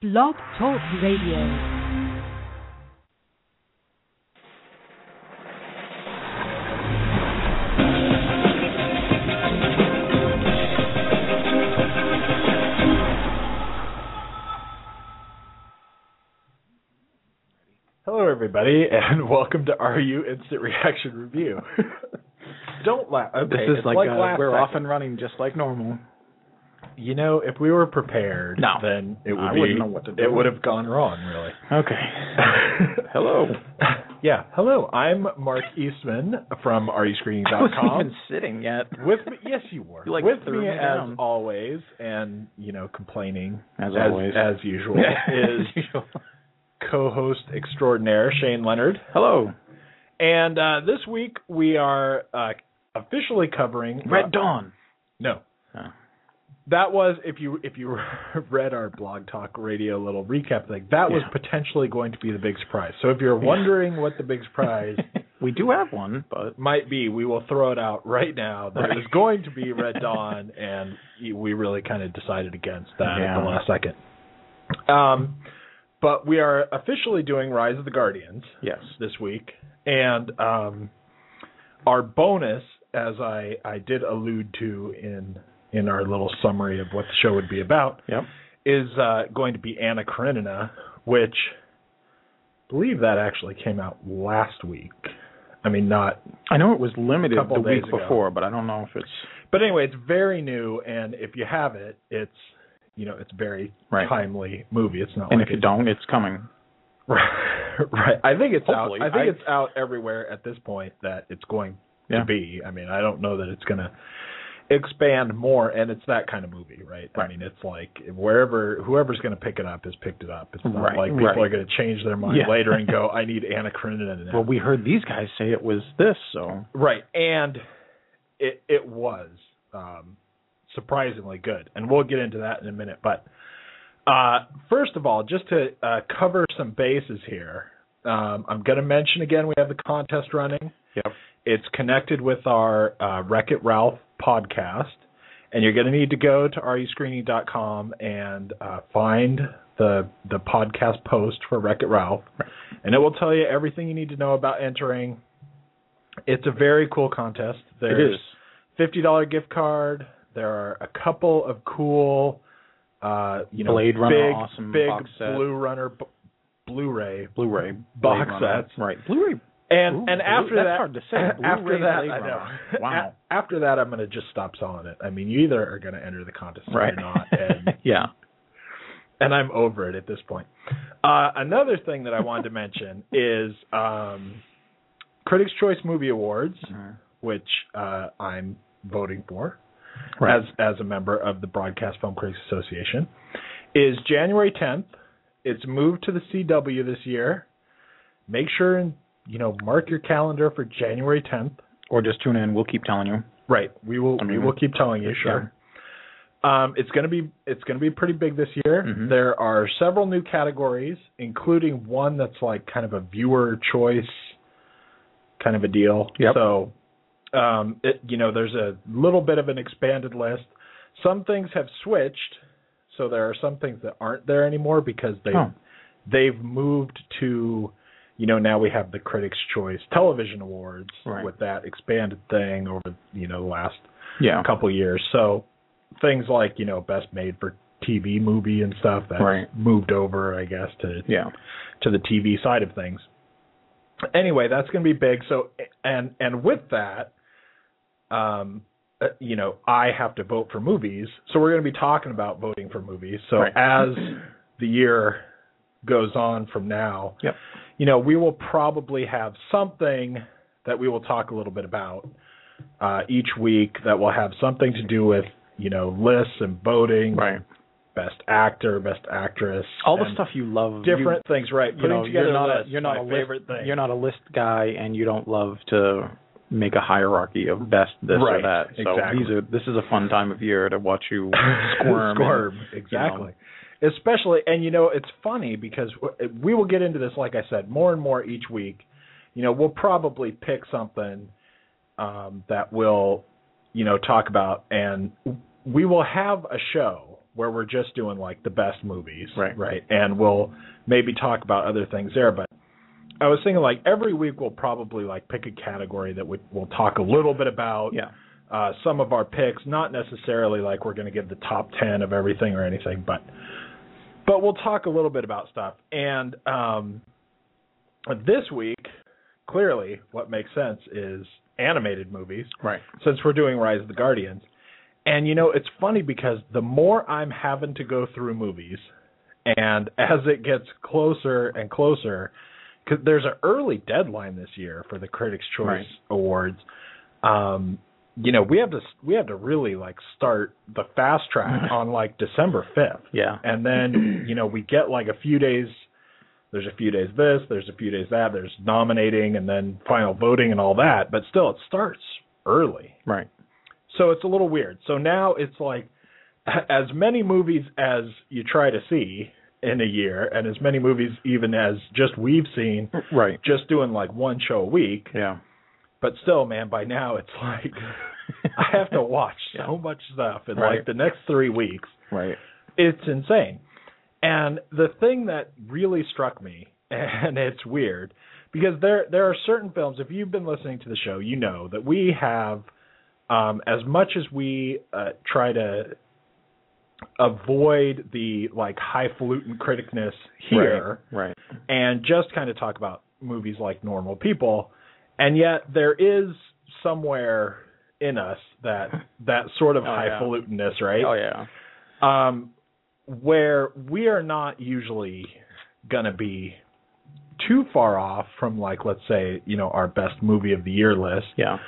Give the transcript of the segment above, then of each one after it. Blog Talk Radio. Hello, everybody, and welcome to RU Instant Reaction Review. Don't laugh. Okay, This is it's like, uh, last we're second. off and running just like normal. You know, if we were prepared, No. then it would I be. wouldn't know what to do. It would have gone wrong, really. Okay. Hello. yeah, hello. I'm Mark Eastman from I wasn't even RUScreening.com. sitting yet. With me, yes, you were. You, like, With threw me me as down. always, and you know, complaining As as, always. as usual As is usual. co-host extraordinaire Shane Leonard. Hello. And uh, this week we are uh, officially covering Red uh, Dawn. No. Oh. That was if you if you read our blog talk radio little recap thing, that was Yeah. potentially going to be the big surprise. So if you're wondering what the big surprise we do have one, but might be, we will throw it out right now. That Right. it was going to be Red Dawn and we really kind of decided against that at Yeah. the last second. Um but we are officially doing Rise of the Guardians yes. this week, and um, our bonus, as I, I did allude to in in our little summary of what the show would be about, Yep. is uh, going to be Anna Karenina, which I believe that actually came out last week. I mean, not, I know it was limited Couple the days week ago. before, but I don't know if it's but anyway, it's very new, and if you have it, it's you know it's very Right. timely movie. It's not and like if you it- don't, it's coming. right. I think it's Hopefully. out. I think I- it's out everywhere at this point that it's going Yeah. to be. I mean, I don't know that it's going to expand more, and it's that kind of movie, right? I Right. mean, it's like wherever whoever's going to pick it up has picked it up. It's not Right, like people right. are going to change their mind Yeah. later and go, "I need Anna Karenina." Now. Well, we heard these guys say it was this, so right, and it it was um, surprisingly good, and we'll get into that in a minute. But uh, first of all, just to uh, cover some bases here, um, I'm going to mention again we have the contest running. Yep. It's connected with our uh, Wreck It Ralph podcast, and you're going to need to go to ruscreening.com and uh, find the the podcast post for Wreck It Ralph, and it will tell you everything you need to know about entering. It's a very cool contest. There's it is. fifty dollar gift card. There are a couple of cool, uh, you know, Blade Runner big, awesome big box set. Blue Runner, b- Blu-ray, Blu-ray Box Blade Runner. sets. Right. Blu-ray. and Ooh, and Blu- after that's that, hard to say. after Blu-ray that, Blade I know. Runner. Wow. A- after that, I'm going to just stop selling it. I mean, you either are going to enter the contest Right. or you're not, and yeah. and I'm over it at this point. Uh, another thing that I wanted to mention is um, Critics' Choice Movie Awards, which uh, I'm voting for Right. as as a member of the Broadcast Film Critics Association, is January 10th. It's moved to the CW this year. Make sure and you know mark your calendar for January 10th. or just tune in. We'll keep telling you. Right. We will. I we mean, will keep telling you. Sure. Um, it's gonna be. It's gonna be pretty big this year. Mhm. There are several new categories, including one that's like kind of a viewer choice, kind of a deal. Yep. So, um, it, you know, there's a little bit of an expanded list. Some things have switched, so there are some things that aren't there anymore because they Oh. they've moved to you know now we have the critics choice television awards Right. with that expanded thing over you know the last Yeah. couple years so things like you know best made for tv movie and stuff that's Right. moved over i guess to Yeah. to the tv side of things anyway that's going to be big so and and with that um uh, you know i have to vote for movies so we're going to be talking about voting for movies so Right. as the year goes on from now Yep. you know, we will probably have something that we will talk a little bit about uh, each week that will have something to do with, you know, lists and voting, Right. best actor, best actress, All the and stuff you love. you- different things, right? you Putting know, together you're not a a list, you're not my a list, favorite thing. You're not a list guy, and you don't love to make a hierarchy of best this Right, or that. So exactly. these are this is a fun time of year to watch you squirm. Squirm, exactly. Especially, and you know, it's funny because w- we will get into this, like I said, more and more each week. You know, we'll probably pick something um, that we'll, you know, talk about, and we will have a show where we're just doing like the best movies, Right. Right, and we'll maybe talk about other things there. But I was thinking like every week we'll probably like pick a category that we, we'll talk a little bit about. Yeah. Uh, some of our picks, not necessarily like we're going to give the top ten of everything or anything, but but we'll talk a little bit about stuff. And um, this week, clearly, what makes sense is animated movies Right. since we're doing Rise of the Guardians. And you know, it's funny because the more I'm having to go through movies, and as it gets closer and closer, because there's an early deadline this year for the Critics' Choice Right. Awards. Um, you know, we have to we have to really like start the fast track on like December fifth Yeah. and then you know we get like a few days there's a few days this there's a few days that there's nominating and then final voting and all that but still it starts early Right. so it's a little weird so now it's like as many movies as you try to see in a year and as many movies even as just we've seen Right. just doing like one show a week Yeah. but still man by now it's like i have to watch so much stuff in like Right. the next 3 weeks Right. it's insane. And the thing that really struck me, and it's weird, because there there are certain films. If you've been listening to the show, you know that we have, um, as much as we uh, try to avoid the like highfalutin criticness here, Right. and just kind of talk about movies like normal people. And yet there is somewhere in us that that sort of Oh, yeah. highfalutinness, right? Oh yeah. um, where we are not usually going to be too far off from like let's say you know our best movie of the year list Yeah.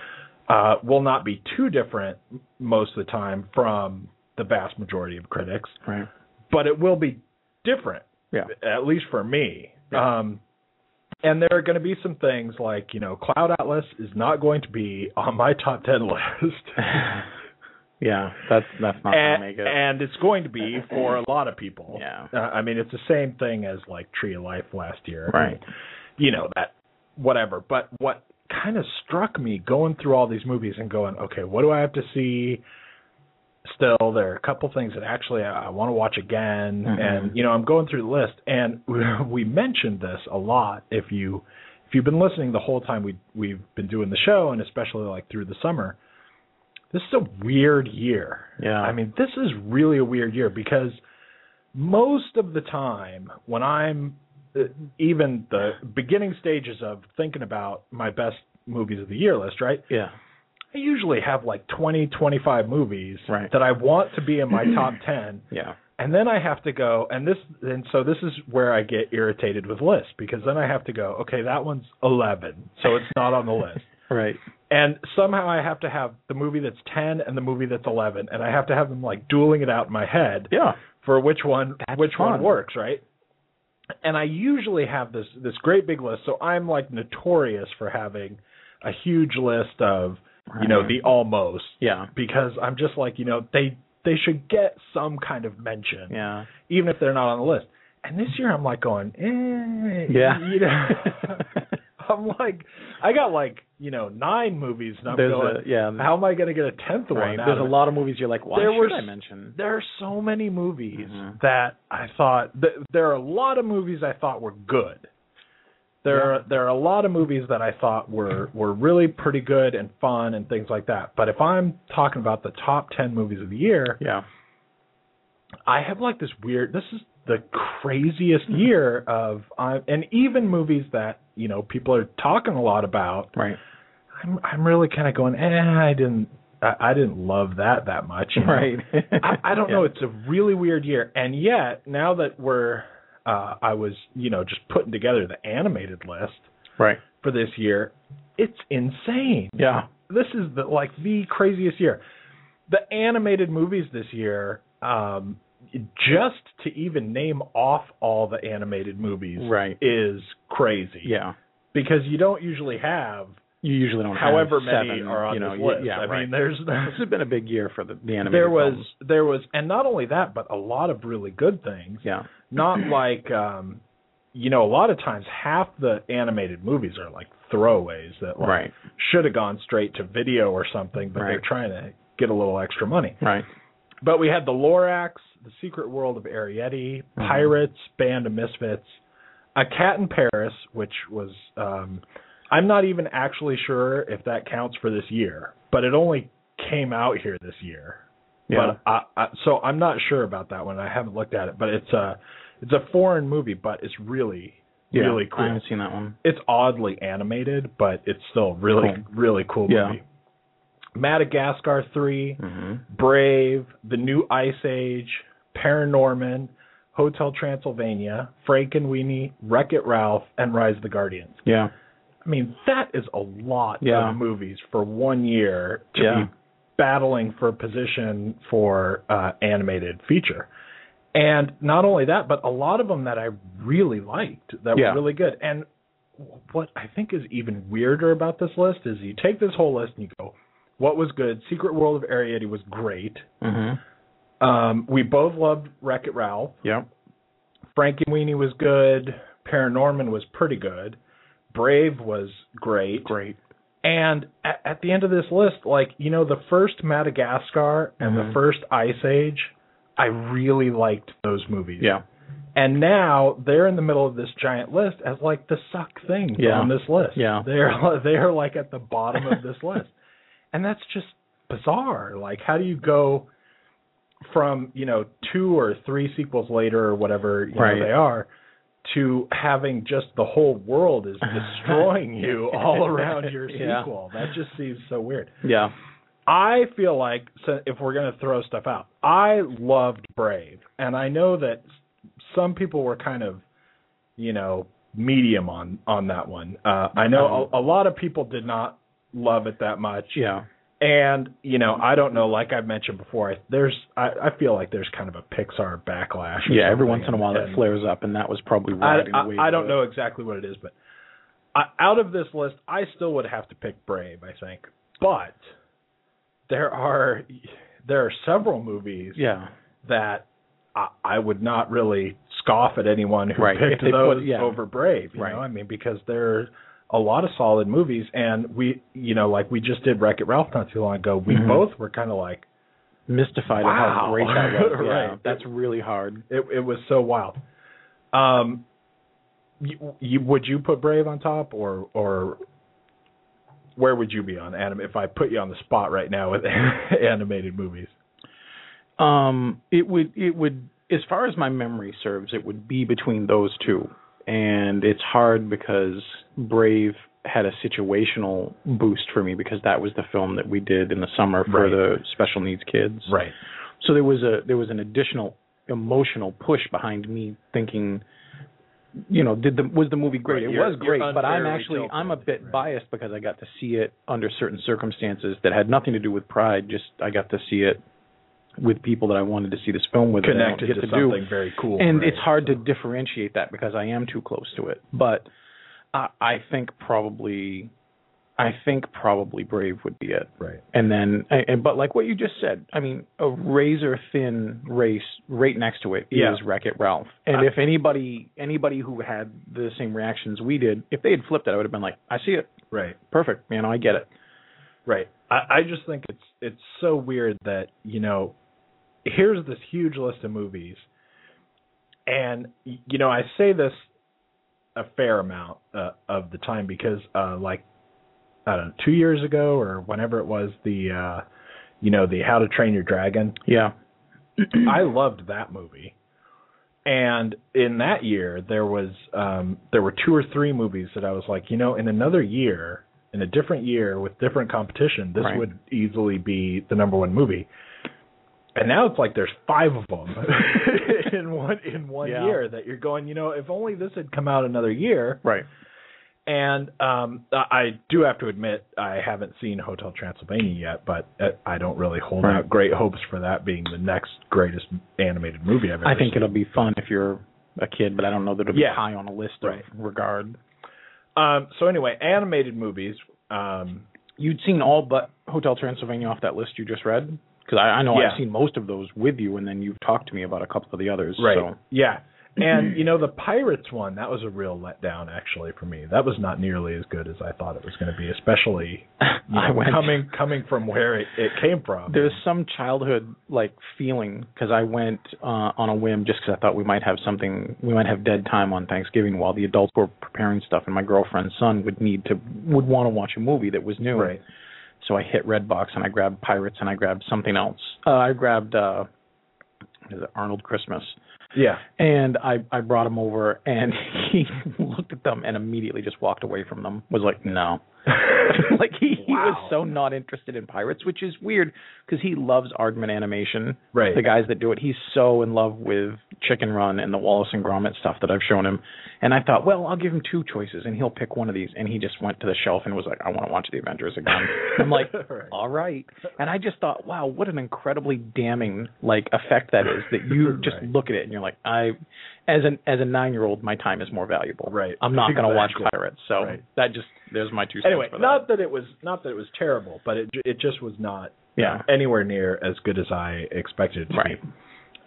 uh, will not be too different m- most of the time from the vast majority of critics Right. but it will be different Yeah. at least for me Yeah. um, and there are going to be some things like you know cloud atlas is not going to be on my top 10 list Yeah. That's that's not and, gonna make it. and it's going to be for a lot of people. Yeah. Uh, I mean, it's the same thing as like Tree of Life last year. Right. You know that whatever. But what kind of struck me going through all these movies and going, okay, what do I have to see? Still, there are a couple things that actually I, I want to watch again, Mhm. and you know I'm going through the list, and we mentioned this a lot. If you if you've been listening the whole time we we've been doing the show, and especially like through the summer, this is a weird year. Yeah. I mean, this is really a weird year because most of the time when I'm uh, even the beginning stages of thinking about my best movies of the year list, right? Yeah. I usually have like 20, 25 movies Right. that I want to be in my top 10. Yeah. And then I have to go and this and so this is where I get irritated with lists because then I have to go, okay, that one's 11, so it's not on the list. Right. And somehow I have to have the movie that's 10 and the movie that's 11 and I have to have them like dueling it out in my head Yeah. for which one That's which one fun. works, right? And I usually have this this great big list, so I'm like notorious for having a huge list of you know Right. the almost Yeah. because I'm just like you know they they should get some kind of mention Yeah. even if they're not on the list. And this year I'm like going, eh, Yeah. you know. I'm like, I got like you know nine movies, and I'm There's going, a yeah. um, how am I going to get a tenth right. one? out There's a of it? lot of movies you're like, why There should were I s- mention? there are so many movies Mhm. that I thought th- there are a lot of movies I thought were good. There are there are a lot of movies that I thought were were really pretty good and fun and things like that. But if I'm talking about the top 10 movies of the year, Yeah. I have like this weird this is the craziest Mm-hmm. year of I and even movies that, you know, people are talking a lot about, Right. I'm I'm really kind of going, "Eh, I didn't I, I didn't love that that much." you know? Right. I, I don't Yeah. know. It's a really weird year, and yet now that we're, uh, I was, you know, just putting together the animated list Right. for this year. It's insane. Yeah. This is the like the craziest year. The animated movies this year, um, just to even name off all the animated movies, Right. is crazy. Yeah. because you don't usually have You usually don't. however have many seven, are on you know, this you- list. Yeah. I right. mean, there's this has been a big year for the, the animated. there was films. there was and not only that but a lot of really good things Yeah. not like um you know a lot of times half the animated movies are like throwaways that like, Right. should have gone straight to video or something but they're Right. trying to get a little extra money Right. But we had the Lorax, the Secret World of Arietti, Mm-hmm. Pirates, Band of Misfits, A Cat in Paris, which was um, I'm not even actually sure if that counts for this year, but it only came out here this year. Yeah. But I, I, so I'm not sure about that one. I haven't looked at it, but it's a it's a foreign movie, but it's really yeah. really I cool. haven't seen that one. It's oddly animated, but it's still really Cool. really cool Yeah. movie. Madagascar three, Mm-hmm. Brave, The New Ice Age, Paranorman, Hotel Transylvania, Frankenweenie, Wreck It Ralph, and Rise of the Guardians. Yeah. I mean, that is a lot Yeah. of movies for one year to Yeah. be battling for position for uh, animated feature. And not only that, but a lot of them that I really liked that Yeah. were really good. And what I think is even weirder about this list is you take this whole list and you go, what was good? Secret World of Arietti was great. Mm-hmm. Um, we both loved Wreck It Ralph. Yeah. Frankie Weenie was good. Paranorman was pretty good. Brave was great. Great. And at, at the end of this list, like, you know, the first Madagascar and Mhm. the first Ice Age, I really liked those movies. Yeah. And now they're in the middle of this giant list as like the suck thing Yeah. on this list. Yeah. They're they're like at the bottom of this list. And that's just bizarre. Like how do you go from, you know, two or three sequels later or whatever you know, Right. they are to having just the whole world is destroying you all around your Yeah. sequel. That just seems so weird. Yeah. I feel like so if we're going to throw stuff out, I loved Brave, and I know that s- some people were kind of, you know, medium on on that one. Uh, I know a, a lot of people did not love it that much, Yeah. and you know, I don't know. Like I've mentioned before, I, there's I, I feel like there's kind of a Pixar backlash. or Yeah. Every something, once in a while that and- flares up, and that was probably I, riding the wave. I, I don't of know exactly what it is, but I, out of this list, I still would have to pick Brave. I think, but there are there are several movies it. Yeah. that I, I would not really scoff at anyone who Right, if picked they those put- yeah. over Brave. You Right. know, I mean, because there are a lot of solid movies, and we, you know, like we just did Wreck It Ralph not too long ago. We Mhm. both were kind of like, Mystified at Wow. how great that was. Yeah. Right. That's really hard. it, it was so wild. Um, you, you, would you put Brave on top, or or where would you be on Adam? If I put you on the spot right now with animated movies, Um, it would it would as far as my memory serves, it would be between those two, and it's hard because Brave had a situational boost for me because that was the film that we did in the summer for Right. the special needs kids. right? So there was a there was an additional emotional push behind me thinking you know did the was the movie great Right, it you're- was great you're but i'm unfairly actually i'm a tilted, bit right. biased because i got to see it under certain circumstances that had nothing to do with pride just i got to see it with people that i wanted to see this film with that I don't Connected get to to do something very cool, and right? it's hard to differentiate that because I am too close to it. But I, I think probably, I think probably Brave would be it. Right. And then, and, and- but like what you just said, I mean, a razor thin race right next to it is Yeah. Wreck It Ralph. And if anybody, anybody who had the same reactions we did, if they had flipped it, I would have been like, I see it, right? perfect, you know, I get it. Right. I, I just think it's it's so weird that you know, here's this huge list of movies, and y- you know I say this a fair amount uh, of the time because uh, like I don't know two years ago or whenever it was the uh, you know the How to Train Your Dragon Yeah. I loved that movie. And in that year there was um there were two or three movies that I was like, you know, in another year, in a different year with different competition, this Right. would easily be the number one movie. And now it's like there's five of them in one in one Yeah. year that you're going, you know, if only this had come out another year. Right. And um I I do have to admit I haven't seen Hotel Transylvania yet, but uh, I don't really hold Right. out great hopes for that being the next greatest animated movie I've ever I think seen. it'll be fun if you're a kid, but I don't know that it'll be Yeah. high on a list Right. of regard. Um so anyway, animated movies um you'd seen all but Hotel Transylvania off that list you just read? Because I, I know Yeah. I've seen most of those with you, and then you've talked to me about a couple of the others. So. Yeah. And you know the Pirates one, that was a real letdown actually for me. That was not nearly as good as I thought it was going to be, especially you I know, went. coming coming from where it, it came from. There's some childhood like feeling because I went uh, on a whim just because I thought we might have something, we might have dead time on Thanksgiving while the adults were preparing stuff, and my girlfriend's son would need to would want to watch a movie that was new. right. So I hit Redbox and I grabbed Pirates and I grabbed something else. Uh, I grabbed uh, what is it Arnold Christmas Yeah. and I I brought him over and he looked at them and immediately just walked away from them. Was like no. like he, he Wow. was so not interested in pirates, which is weird because he loves Aardman animation. Right. The guys that do it, he's so in love with Chicken Run and the Wallace and Gromit stuff that I've shown him. And I thought, well, I'll give him two choices and he'll pick one of these. And he just went to the shelf and was like, I want to watch the Avengers again. I'm like, Right. all right. And I just thought, wow, what an incredibly damning like effect that is that you just Right. look at it and you're like, I, as an as a nine year old, my time is more valuable. Right. I'm not going to watch Exactly. pirates. So Right. that just there's my two. cents Anyway, for that. not that it was not that it was terrible, but it ju- it just was not uh, yeah. anywhere near as good as I expected it to Right. be.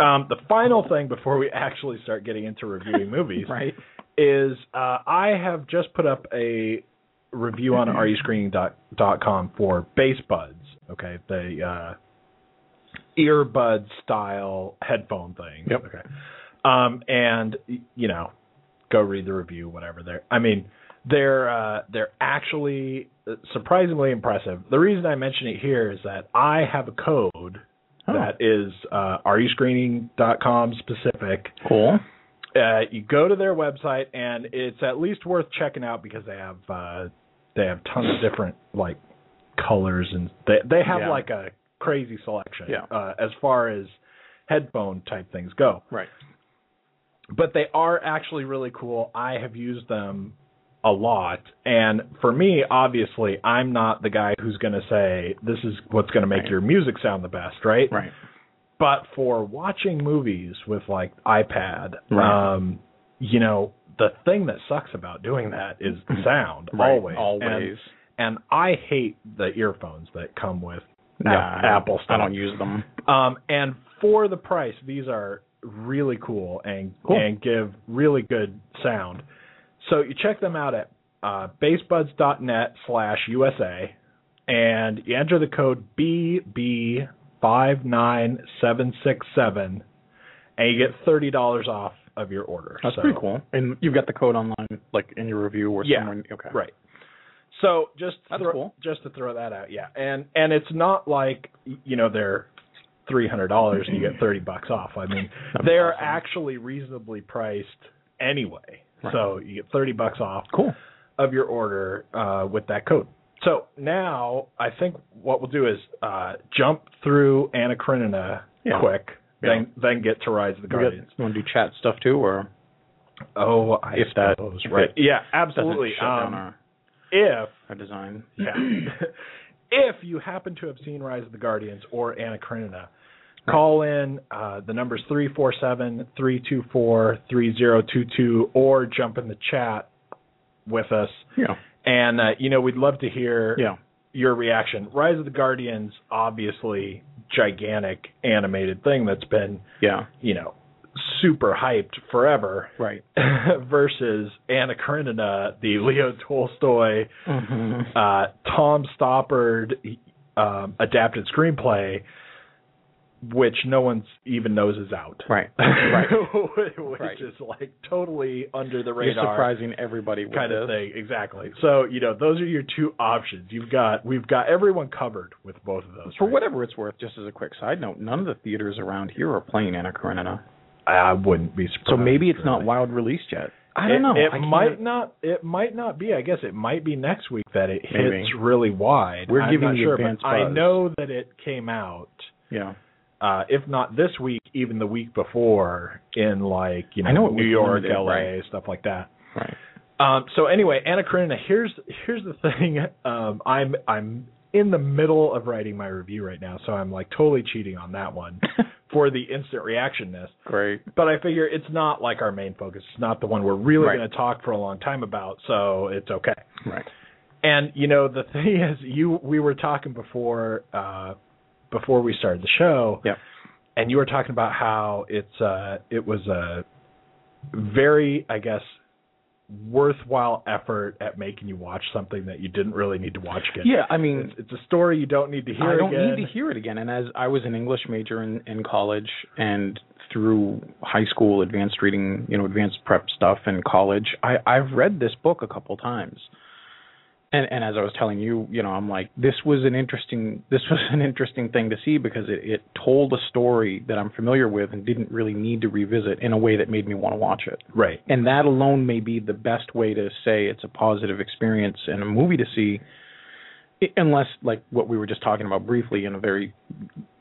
Um, the final thing before we actually start getting into reviewing movies Right. is uh, I have just put up a review on Mm-hmm. rescreening.com for bass buds. Okay, the uh, earbud style headphone thing. Yep. Okay, um, and y- you know, go read the review, whatever. They're, I mean, they're uh, they're actually uh, surprisingly impressive. The reason I mention it here is that I have a code Oh. that is uh, rescreening.com specific Cool. uh, you go to their website and it's at least worth checking out because they have uh, they have tons of different like colors and they they have Yeah. like a crazy selection Yeah. uh, as far as headphone type things go. Right. But they are actually really cool. I have used them a lot and for me obviously I'm not the guy who's going to say this is what's going to make Right. your music sound the best, right? Right. but for watching movies with like iPad, Right. um, you know, the thing that sucks about doing that is the sound Mm-hmm. Right. always. Always. And, and I hate the earphones that come with Nah, Ap- I don't- Apple I stuff. don't use them. Um, and for the price, these are really cool and Cool. and give really good sound. So you check them out at uh, basebuds.net slash USA, and you enter the code BB five nine seven six seven, and you get thirty dollars off of your order. That's So- pretty cool. And you've got the code online, like in your review or Yeah. somewhere. Okay. Right. So just That's throw, cool. just to throw that out, yeah. And and it's not like y- you know they're three hundred dollars and you get thirty bucks off. I mean That'd be they're awesome. actually reasonably priced anyway. Right. So you get thirty bucks off Cool. of your order uh, with that code. So now I think what we'll do is uh, jump through Anna Karenina Yeah. quick, Yeah. then then get to Rides of the You, got, you Guardians. want to do chat stuff too, or Oh, I If that- suppose, if right? it Yeah, doesn't absolutely. shut down Um, our, if our design? Yeah. if you happen to have seen Rise of the Guardians or Anna Karenina, call in. Uh, the number's 347-324-3022 or jump in the chat with us. Yeah. And, uh, you know, we'd love to hear Yeah. your reaction. Rise of the Guardians, obviously, gigantic animated thing that's been, Yeah. you know, super hyped forever Right. versus Anna Karenina, the Leo Tolstoy – hmm uh, Tom Stoppard um, adapted screenplay, which no one's even knows is out. Right. Right. Which Right. is like totally under the You're radar surprising everybody with kind of this. thing. Exactly. So you know, those are your two options. You've got we've got everyone covered with both of those. For right? whatever it's worth, just as a quick side note, none of the theaters around here are playing Anna Karenina, I wouldn't be surprised. so maybe it's not really. wild released yet. I It- don't know. It I can't- might not. It might not be. I guess it might be next week that it hits Maybe. really wide. We're I'm giving not the sure, but advance I buzz. know that it came out. Yeah, uh, if not this week, even the week before in like you know, I know it New was York, limited, LA, right. stuff like that. right. Um, so anyway, Anna Karenina, here's here's the thing. Um, I'm I'm in the middle of writing my review right now, so I'm like totally cheating on that one for the instant reactionness. Great. But I figure it's not like our main focus. It's not the one we're really Right. going to talk for a long time about, so it's okay. Right. And you know the thing is, you we were talking before uh, before we started the show Yep. and you were talking about how it's uh it was a very, I guess, worthwhile effort at making you watch something that you didn't really need to watch again. Yeah, I mean, It's, it's a story you don't need to hear I don't again. need to hear it again. And as I was an English major in, in college and through high school, advanced reading, you know, advanced prep stuff in college, I, I've read this book a couple times. And and as I was telling you, you know, I'm like, this was an interesting this was an interesting thing to see because it, it told a story that I'm familiar with and didn't really need to revisit in a way that made me want to watch it. Right. And that alone may be the best way to say it's a positive experience and a movie to see, i- unless, like what we were just talking about briefly in a very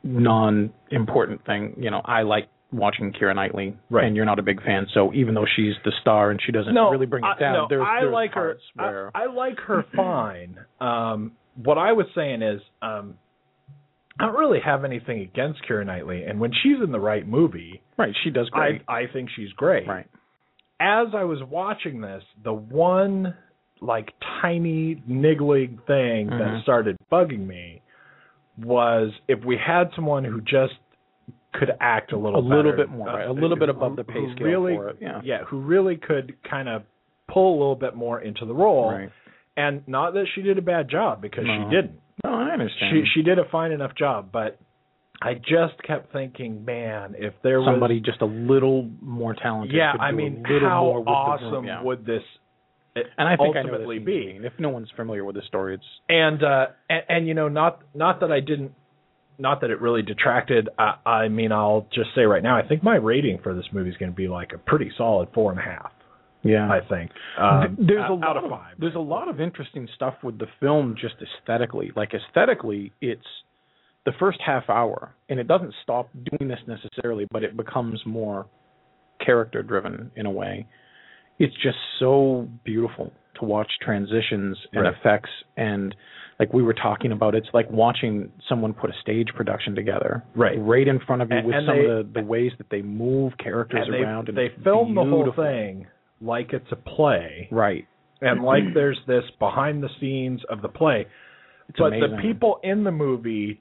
non important thing, you know, I like watching Kira Knightley, Right. and you're not a big fan. So even though she's the star and she doesn't no, really bring I- it down, no, there's, I there's like her. parts where. I, I like her fine. Um, what I was saying is, um, I don't really have anything against Kira Knightley, and when she's in the right movie, right, she does great. I I think she's great. right. As I was watching this, the one like tiny niggling thing that Mhm. started bugging me was if we had someone who just could act a A little little better, bit more, uh, right, a little bit above the pay who scale really, for it. Yeah. who really could kind of pull a little bit more into the role. Right. And not that she did a bad job because No. she didn't. No, I She understand. she did a fine enough job, but I just kept thinking, man, if there was Somebody just a little more talented. yeah, could I do a mean, little how more with the awesome room, yeah. would this uh, and I think ultimately I know this be? scene, I mean, If no one's familiar with the story, it's and uh and, and you know not not that i didn't not that it really detracted i i mean i'll just say right now i think my rating for this movie is going to be like a pretty solid four and a half yeah. i think um, Th- there's out- a out lot of five There's a lot of interesting stuff with the film just aesthetically. Like aesthetically, it's the first half hour, and it doesn't stop doing this necessarily, but it becomes more character driven in a way. It's just so beautiful to watch transitions and Right. effects and like we were talking about it's like watching someone put a stage production together Right. right in front of you And- with and some they- of the, the ways that they move characters and around they, and they it's film the whole beautiful. thing like it's a play right and like there's this behind the scenes of the play It's but the amazing. people in the movie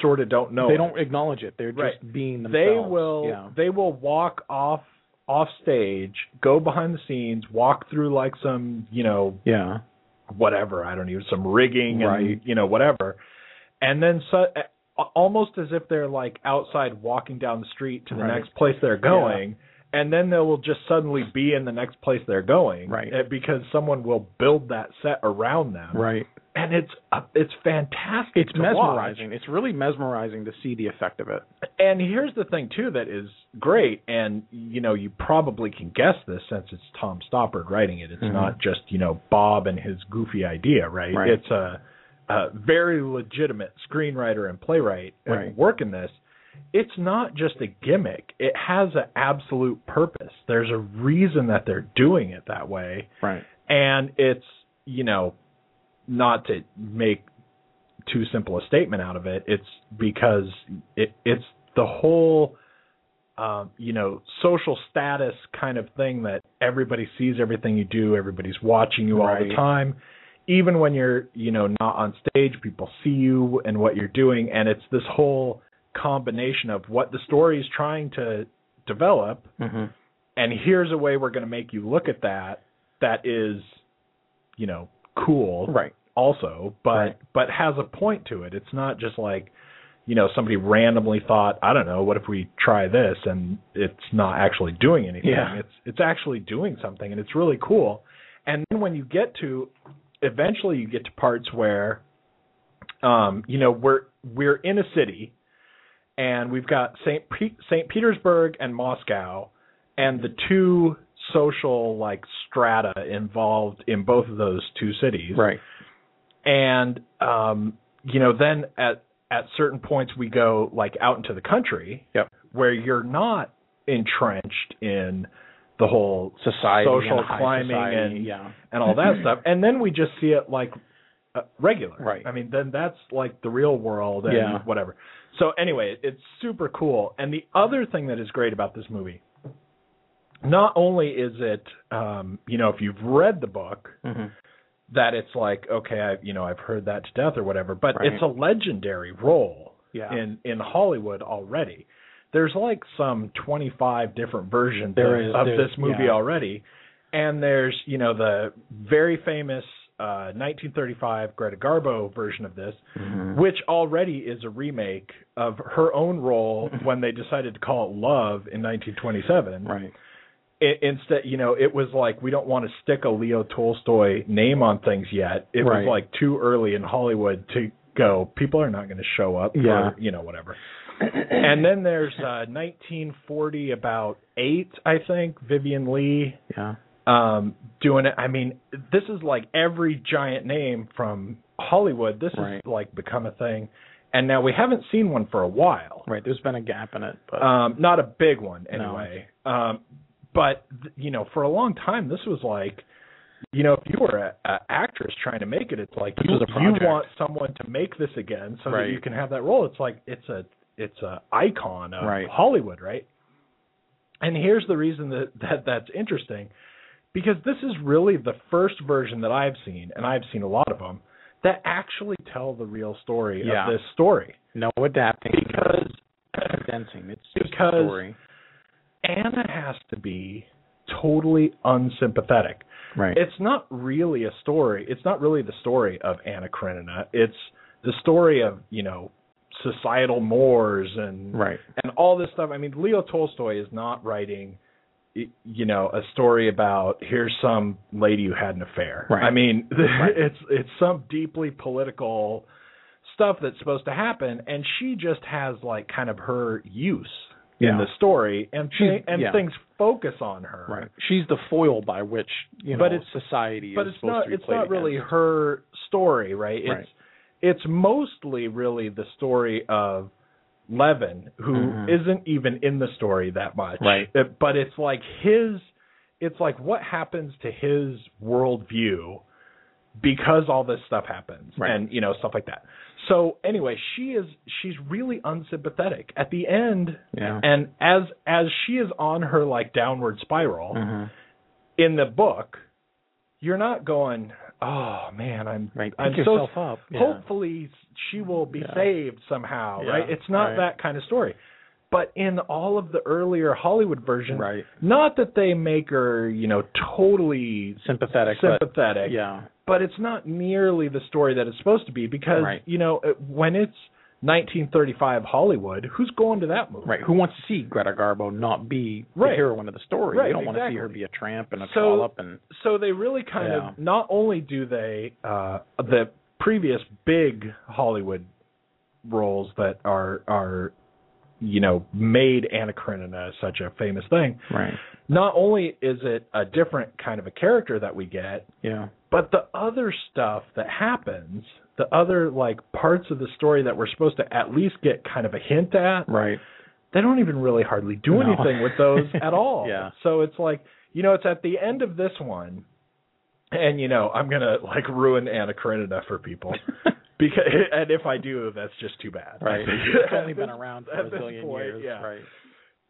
sort of don't know they it. don't acknowledge it. They're Oh. Right. just being they themselves. will Yeah. they will walk off off stage, go behind the scenes, walk through like some you know Yeah. whatever I don't even some rigging Right. and you know whatever, and then so, a- almost as if they're like outside walking down the street to the Right. next place they're going. And then they will just suddenly be in the next place they're going, Right. eh, Because someone will build that set around them, Right. and it's uh, it's fantastic. It's to watch. mesmerizing. It's really mesmerizing to see the effect of it. And here's the thing too that is great, and you know you probably can guess this since it's Tom Stoppard writing it. It's Mhm. not just you know Bob and his goofy idea, right? Right. It's a, a very legitimate screenwriter and playwright uh, Right. working this. It's not just a gimmick; it has an absolute purpose. There's a reason that they're doing it that way, Right. and it's you know not to make too simple a statement out of it it's because it it's the whole um you know social status kind of thing that everybody sees everything you do everybody's watching you all the Right. time even when you're you know not on stage people see you and what you're doing and it's this whole combination of what the story is trying to develop Mm-hmm. and here's a way we're going to make you look at that that is you know cool Right. also but Right. but has a point to it it's not just like you know somebody randomly thought i don't know what if we try this and it's not actually doing anything Yeah. it's it's actually doing something and it's really cool and then when you get to eventually you get to parts where um you know we're we're in a city and we've got St. Pe- St. Petersburg and Moscow, and the two social like strata involved in both of those two cities. Right. And um, you know, then at at certain points we go like out into the country Yep. where you're not entrenched in the whole Society. social and high climbing society, and yeah. and all that stuff. And then we just see it like uh, regular. Right. I mean, then that's like the real world and Yeah. whatever. So anyway, it's super cool. And the other thing that is great about this movie, not only is it, um, you know, if you've read the book, Mhm. that it's like, okay, I, you know, I've heard that to death or whatever, but Right. it's a legendary role Yeah. in in Hollywood already. there's like some 25 different versions There of, is, of there's- this movie yeah. already. And there's, you know, the very famous uh, 1935 Greta Garbo version of this, Mm-hmm. which already is a remake of her own role when they decided to call it Love in 1927 Right. it, instead, you know, it was like we don't want to stick a Leo Tolstoy name on things yet. It Right. was like too early in Hollywood to go. People are not going to show up. Yeah. For, you know, whatever. and then there's uh, 1940, about eight, I think. Vivian Lee Yeah. um, doing it. I mean, this is like every giant name from Hollywood. This is Right. like become a thing. And now we haven't seen one for a while Right. There's been a gap in it, but um, not a big one No. anyway. Um, but th- you know, for a long time, this was like, you know, if you were a a actress trying to make it, it's like This you, was a you project. want someone to make this again so Right. that you can have that role. It's like it's a it's a icon of Right. Hollywood, right? And here's the reason that, that that's interesting, because this is really the first version that I've seen, and I've seen a lot of them that actually tell the real story Yeah. of this story. no adapting because condensing. It's just a Because- story. Anna has to be totally unsympathetic. Right. It's not really a story. It's not really the story of Anna Karenina. It's the story of, you know, societal mores and right. and all this stuff. I mean, Leo Tolstoy is not writing y- you know, a story about here's some lady who had an affair. Right. I mean, it's it's some deeply political stuff that's supposed to happen and she just has like kind of her use Yeah. in the story and thi- She's- and yeah. things focus on her. Right. She's the foil by which you know But it's- society But is it's supposed not to be it's played not really against. her story, right? It's Right. it's mostly really the story of Levin who Mhm. not even in the story that much. Right. Uh, But it's like his it's like what happens to his worldview because all this stuff happens Right. and you know stuff like that. So anyway, she is she's really unsympathetic at the end Yeah. and as as she is on her like downward spiral Mhm. in the book, you're not going, "Oh man, I'm Right. Pick I'm so yourself up. Yeah. hopefully she will be Yeah. saved somehow, Yeah, right? It's not right. that kind of story. But in all of the earlier Hollywood versions, Right. not that they make her, you know, totally Sympathetic. but- sympathetic, yeah. but it's not nearly the story that it's supposed to be because, Right. you know, it- when it's 1935 Hollywood, who's going to that movie? Right. Who wants to see Greta Garbo not be the Right. heroine of the story? Right, you don't want to see her exactly. be a tramp and a So- trollop and so they really kind Yeah. of not only do they uh the previous big Hollywood roles that are are you know made Anna Karenina such a famous thing. right. Not only is it a different kind of a character that we get, Yeah. but the other stuff that happens, the other like parts of the story that we're supposed to at least get kind of a hint at, Right. they don't even really hardly do No. anything with those at all. Yeah. So it's like, you know, it's at the end of this one, and you know, I'm gonna like ruin Anna Karenina for people because, and if I do, that's just too bad. Right. it's only been around for at a this zillion point, years. yeah. Right.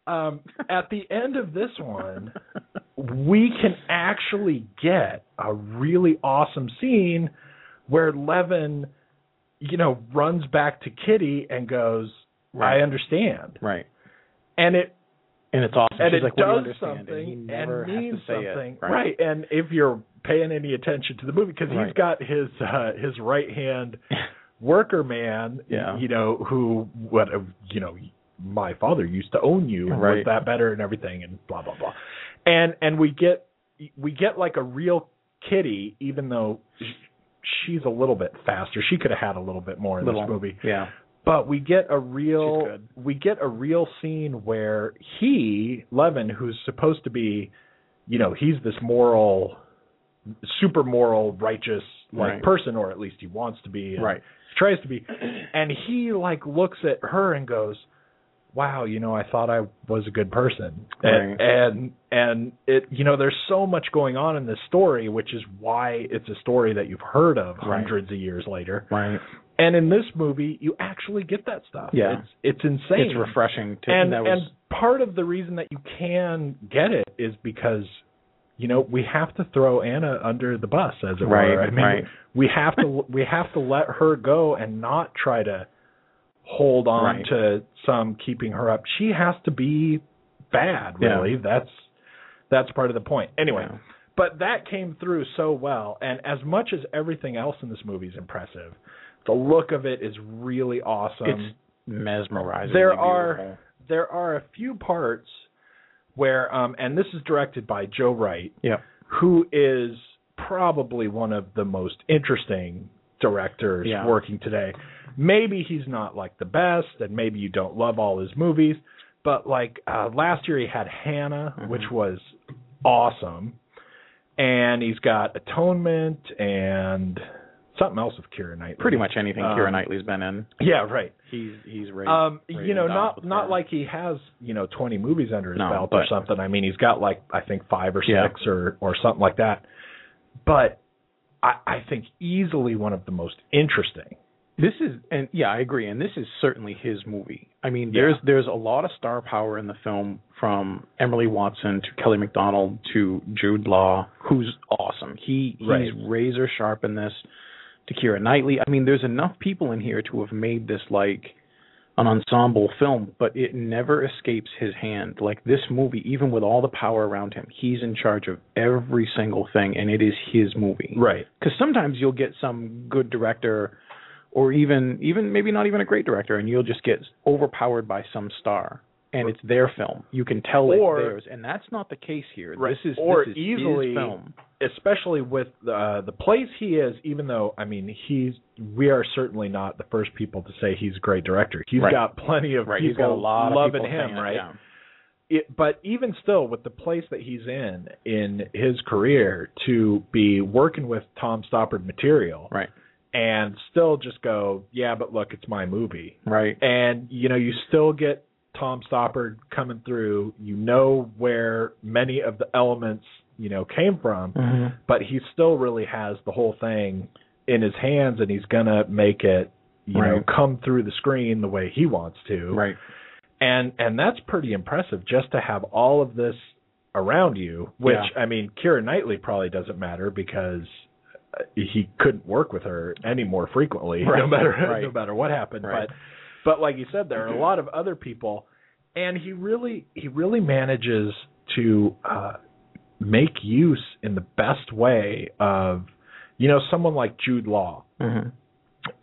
Um, at the end of this one, we can actually get a really awesome scene where Levin, you know, runs back to Kitty and goes, Right. "I understand," Right. and it And it's awesome. and She's it like, "Well, you does understand," and he something never has to means say it, something, right. And if you're paying any attention to the movie, because Right. he's got his uh, his right hand worker man, Yeah. you know, who what uh, you know, my father used to own you and Right. was that better and everything and blah blah blah, and and we get we get like a real kitty, even though she's a little bit faster. She could have had a little bit more in Little this movie Yeah. but we get a She's real good. we get a real scene where he Levin, who's supposed to be, you know, he's this moral, super moral, righteous like Right. person, or at least he wants to be, and Right. tries to be, and he like looks at her and goes, "Wow, you know, I thought I was a good person," and Right. and, and it you know, there's so much going on in this story, which is why it's a story that you've heard of Right. hundreds of years later. Right. And in this movie, you actually get that stuff. Yeah. It's it's insane. It's refreshing to and that was and part of the reason that you can get it is because you know, we have to throw Anna under the bus as it Right, were. I mean, right. we have to we have to let her go and not try to hold on Right. to some keeping her up. She has to be bad, Yeah. really. That's that's part of the point. Anyway, Yeah. but that came through so well, and as much as everything else in this movie is impressive, the look of it is really awesome. it's mesmerizing. there uh, are there are a few parts where, um, and this is directed by Joe Wright, yeah. who is probably one of the most interesting directors Yeah. working today. Maybe he's not like the best, and maybe you don't love all his movies, but like uh, last year he had Hannah, Mm-hmm. which was awesome, and he's got Atonement and something else with Kira Knightley. Pretty much anything Um, Keira Knightley's been in, Yeah, right. he's he's raised. Um, rated you know, up not with not her. like he has you know twenty movies under his No, belt or but- something. I mean, he's got like I think five or Yeah. six or or something like that. But I, I think easily one of the most interesting. This is and yeah, I agree. And this is certainly his movie. I mean, Yeah. there's there's a lot of star power in the film from Emily Watson to Kelly MacDonald to Jude Law, who's awesome. He he's Right. razor sharp in this. To Keira Knightley. I mean, there's enough people in here to have made this like an ensemble film, but it never escapes his hand. Like this movie, even with all the power around him, he's in charge of every single thing, and it is his movie Right. because sometimes you'll get some good director or even even maybe not even a great director and you'll just get overpowered by some star and it's their film you can tell Or- it's theirs and that's not the case here Right. this is Or this is easily- his film Especially with uh, the place he is, even though I mean he's we are certainly not the first people to say he's a great director. He's Right. got plenty of right people he's got a lot loving of people him, saying it, right? yeah. it, but even still, with the place that he's in in his career, to be working with Tom Stoppard material right and still just go, yeah, but look, it's my movie, right and you know, you still get Tom Stoppard coming through. You know where many of the elements you know came from, Mm-hmm. but he still really has the whole thing in his hands, and he's gonna make it you know Right. come through the screen the way he wants to, right and and that's pretty impressive just to have all of this around you which Yeah. i mean kira knightley probably doesn't matter because uh, he couldn't work with her any more frequently no Right, matter right. no matter what happened Right. but but like you said there are a lot of other people and he really he really manages to uh make use in the best way of you know someone like jude law mm-hmm.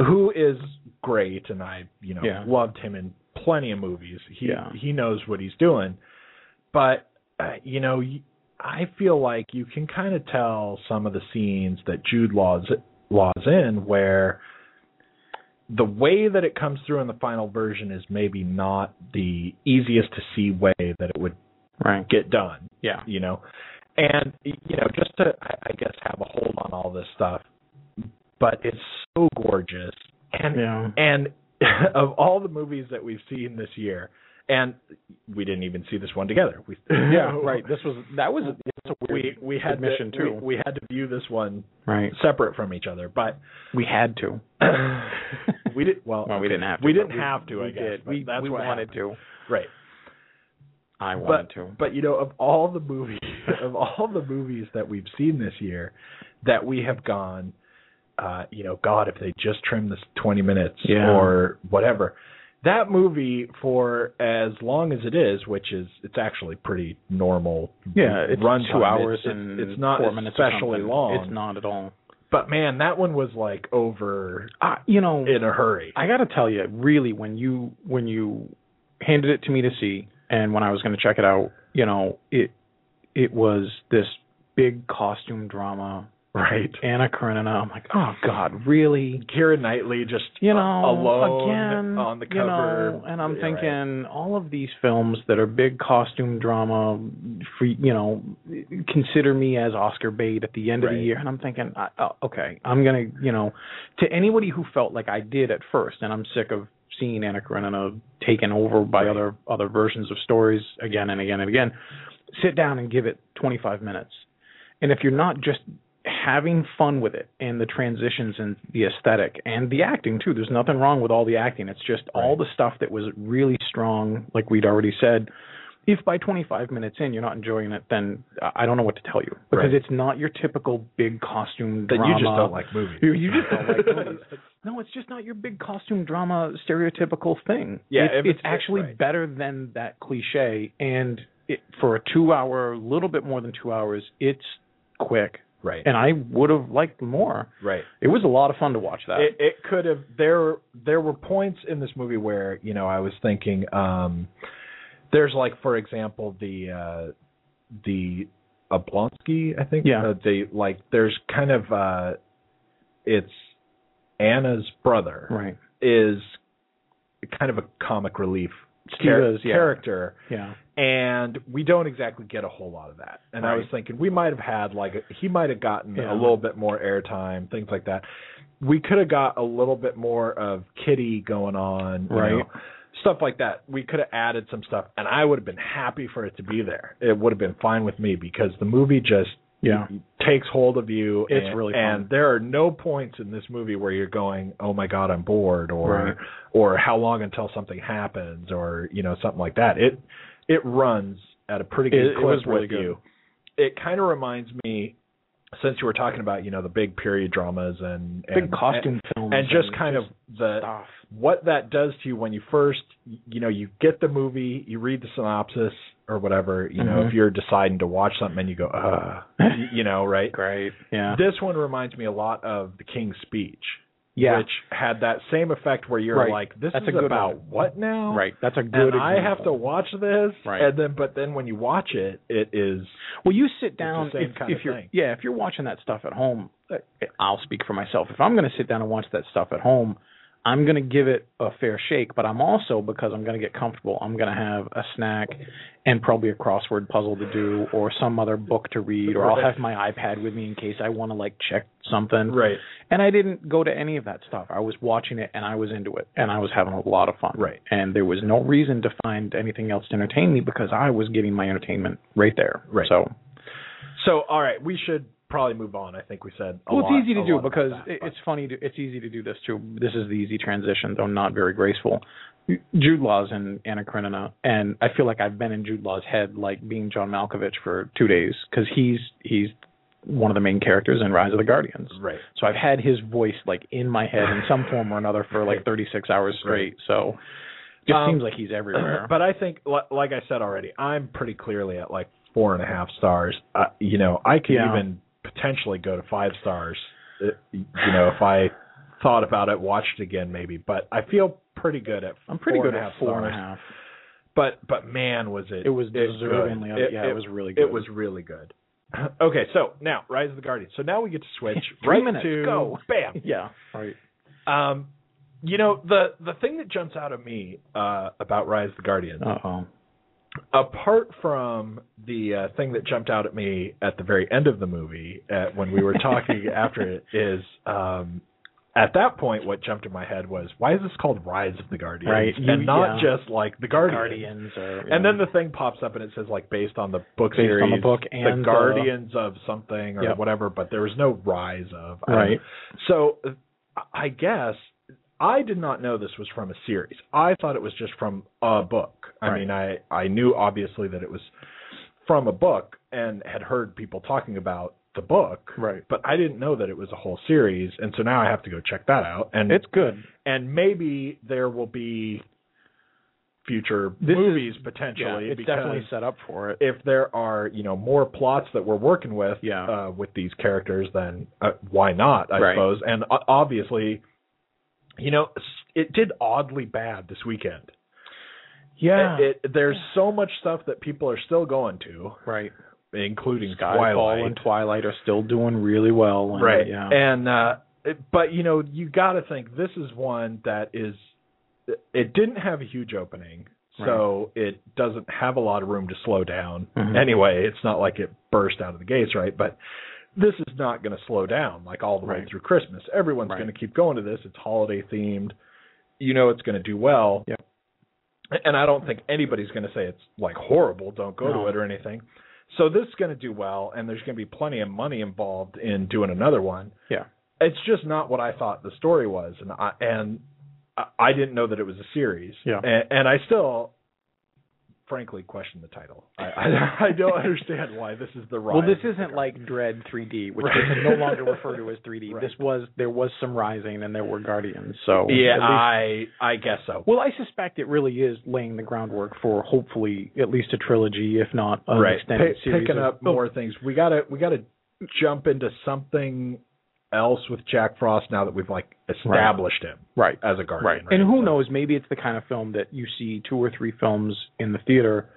who is great and I, you know, Yeah. loved him in plenty of movies. He Yeah. he knows what he's doing. But uh, you know, y- I feel like you can kind of tell some of the scenes that Jude Law's Law's in where the way that it comes through in the final version is maybe not the easiest to see way that it would right get done yeah you know and you know just to i I guess have a hold on all this stuff but it's so gorgeous and yeah and of all the movies that we've seen this year and we didn't even see this one together we yeah right this was that was that's a we weird we had admission to, too We, we had to view this one right separate from each other but we had to we did well, well we didn't have to we but didn't have to i we guess did. but we, that's we what wanted happened. to right i wanted to But you know, of all the movies, of all the movies that we've seen this year, that we have gone, uh, you know, God, if they just trim this twenty minutes Yeah. or whatever, that movie for as long as it is, which is it's actually pretty normal. Yeah, it's run two time. hours It's- it's- and it's not four minutes or especially something. long. It's not at all. But man, that one was like over Uh, you know, in a hurry. I got to tell you, really, when you when you handed it to me to see, and when I was going to check it out, you know, it it was this big costume drama, right. Anna Karenina. I'm like, oh God, really? Kira Knightley just You a- know, alone again on the cover, you know, and I'm Yeah, right. thinking all of these films that are big costume drama, for you know, consider me as Oscar bait at the end of Right. the year, and I'm thinking, I, oh, okay, I'm gonna, you know, to anybody who felt like I did at first, and I'm sick of seeing Anna Karenina taken over by Right. other other versions of stories again and again and again. Sit down and give it 25 minutes, and if you're not just having fun with it and the transitions and the aesthetic and the acting too. There's nothing wrong with all the acting. It's just all the stuff that was really strong, like we'd already said, if by 25 minutes in you're not enjoying it, then I I don't know what to tell you because Right. it's not your typical big costume That drama. you just don't like movies. You, you just don't like movies. No, it's just not your big costume drama stereotypical thing. Yeah, it's, if it's it's- actually right. better than that cliche. And it, for a two-hour, little bit more than two hours, it's quick. Right. And I would have liked more. right. It was a lot of fun to watch that. It, it could have there there were points in this movie where you know I was thinking um there's like for example the uh the Oblonsky I think Yeah. uh, the like there's kind of uh it's Anna's brother right. is kind of a comic relief He char- does, yeah. character Yeah. and we don't exactly get a whole lot of that. And I was Right. thinking we might have had like he might have gotten Yeah. a little bit more airtime, things like that. We could have got a little bit more of Kitty going on, you Right. know, stuff like that. We could have added some stuff, and I would have been happy for it to be there. It would have been fine with me because the movie just Yeah. takes hold of you. It's and, really fun. and there are no points in this movie where you're going, "Oh my god, I'm bored," or Right. or "How long until something happens," or you know something like that. It it runs at a pretty It- good it clip was really with good. you. It kind of reminds me, since you were talking about you know the big period dramas and Big and, costume films and, and just kind of the stuff. what that does to you when you first you know you get the movie you read the synopsis or whatever you know Mhm. if you're deciding to watch something and you go uh you- you know right Great. Yeah. this one reminds me a lot of the king's speech yeah. which had that same effect where you're Right. like this That's is a good about one. what now right. That's a good. and i example. have to watch this Right. and then but then when you watch it it is Well, you sit the down same if, kind if of you're thing. yeah if you're watching that stuff at home. uh, I'll speak for myself. If I'm going to sit down and watch that stuff at home, I'm going to give it a fair shake. But I'm also because I'm going to get comfortable. I'm going to have a snack and probably a crossword puzzle to do or some other book to read, or I'll Right. have my iPad with me in case I want to like check something. right And I didn't go to any of that stuff. I was watching it and I was into it and I was having a lot of fun. Right. And there was no reason to find anything else to entertain me because I was getting my entertainment right there. Right. So so all right we should probably move on i think we said a well, lot- it's easy a to do lot about because that, it, but- it's funny. To, it's easy to do this too. This is the easy transition, though not very graceful. Jude Law's in Anna Karenina, and I feel like I've been in Jude Law's head, like being John Malkovich for two days, because he's he's one of the main characters in Rise of the Guardians. right So I've had his voice like in my head in some form or another for like 36 hours straight. So it just Um, seems like he's everywhere. But I think, li- like I said already, I'm pretty clearly at like four and a half stars. Uh, you know, I could Yeah. even potentially go to five stars. uh, You know, if I thought about it, watched again maybe. But I feel pretty good at. I'm pretty four good and a at half four and a stars. half. But but man, was it? It was good. deservingly. of yeah, it, was really good. It was really good. okay, so now Rise of the Guardians. So now we get to switch Three right minutes, to go. bam. yeah right. Um, you know the the thing that jumps out at me uh, about Rise of the Guardians Uh oh. apart from the uh, thing that jumped out at me at the very end of the movie at, when we were talking after it is um at that point what jumped in my head was why is this called rise of the guardians Right, you- and not yeah. just like the guardians Guardians or and then the thing pops up and it says like based on the book Based series on the book the and the- guardians of something or Yep. whatever but there was no rise of I don't right. so uh, I guess I did not know this was from a series. I thought it was just from a book. I Right. mean, I I knew obviously that it was from a book and had heard people talking about the book, Right. but I didn't know that it was a whole series. And so now I have to go check that out. And It's good. and maybe there will be future This is- movies potentially it's because definitely set up for it. if there are you know more plots that we're working with Yeah. uh, with these characters, then uh, why not? I Right. suppose. And o- obviously, you know, s- it did oddly bad this weekend. Yeah. It, it, there's so much stuff that people are still going to, right. including Skyfall Twilight. and Twilight are still doing really well. And, right Yeah. and uh it- but you know you got to think this is one that is it didn't have a huge opening so it doesn't have a lot of room to slow down Mhm. anyway it's not like it burst out of the gates right but this is not going to slow down like all the way Right. through christmas everyone's Right. going to keep going to this it's holiday themed you know it's going to do well Yep. and i don't think anybody's going to say it's like horrible don't go No. to it or anything so this is going to do well, and there's going to be plenty of money involved in doing another one. Yeah. It's just not what I thought the story was, and I and I- I didn't know that it was a series. Yeah. and, and I still, frankly question the title. I, I, I don't understand why this is the rise. Well, this isn't like Dread 3D, which Right. they can no longer refer to as 3D. Right. This was there was some Rising and there were Guardians. So yeah, at least- I I guess so. well, I suspect it really is laying the groundwork for hopefully at least a trilogy, if not an extended Pick- series. picking of- up more things. We gotta we gotta jump into something else with Jack Frost now that we've like established him right, as a guardian. right, and who So- knows? Maybe it's the kind of film that you see two or three films in the theater,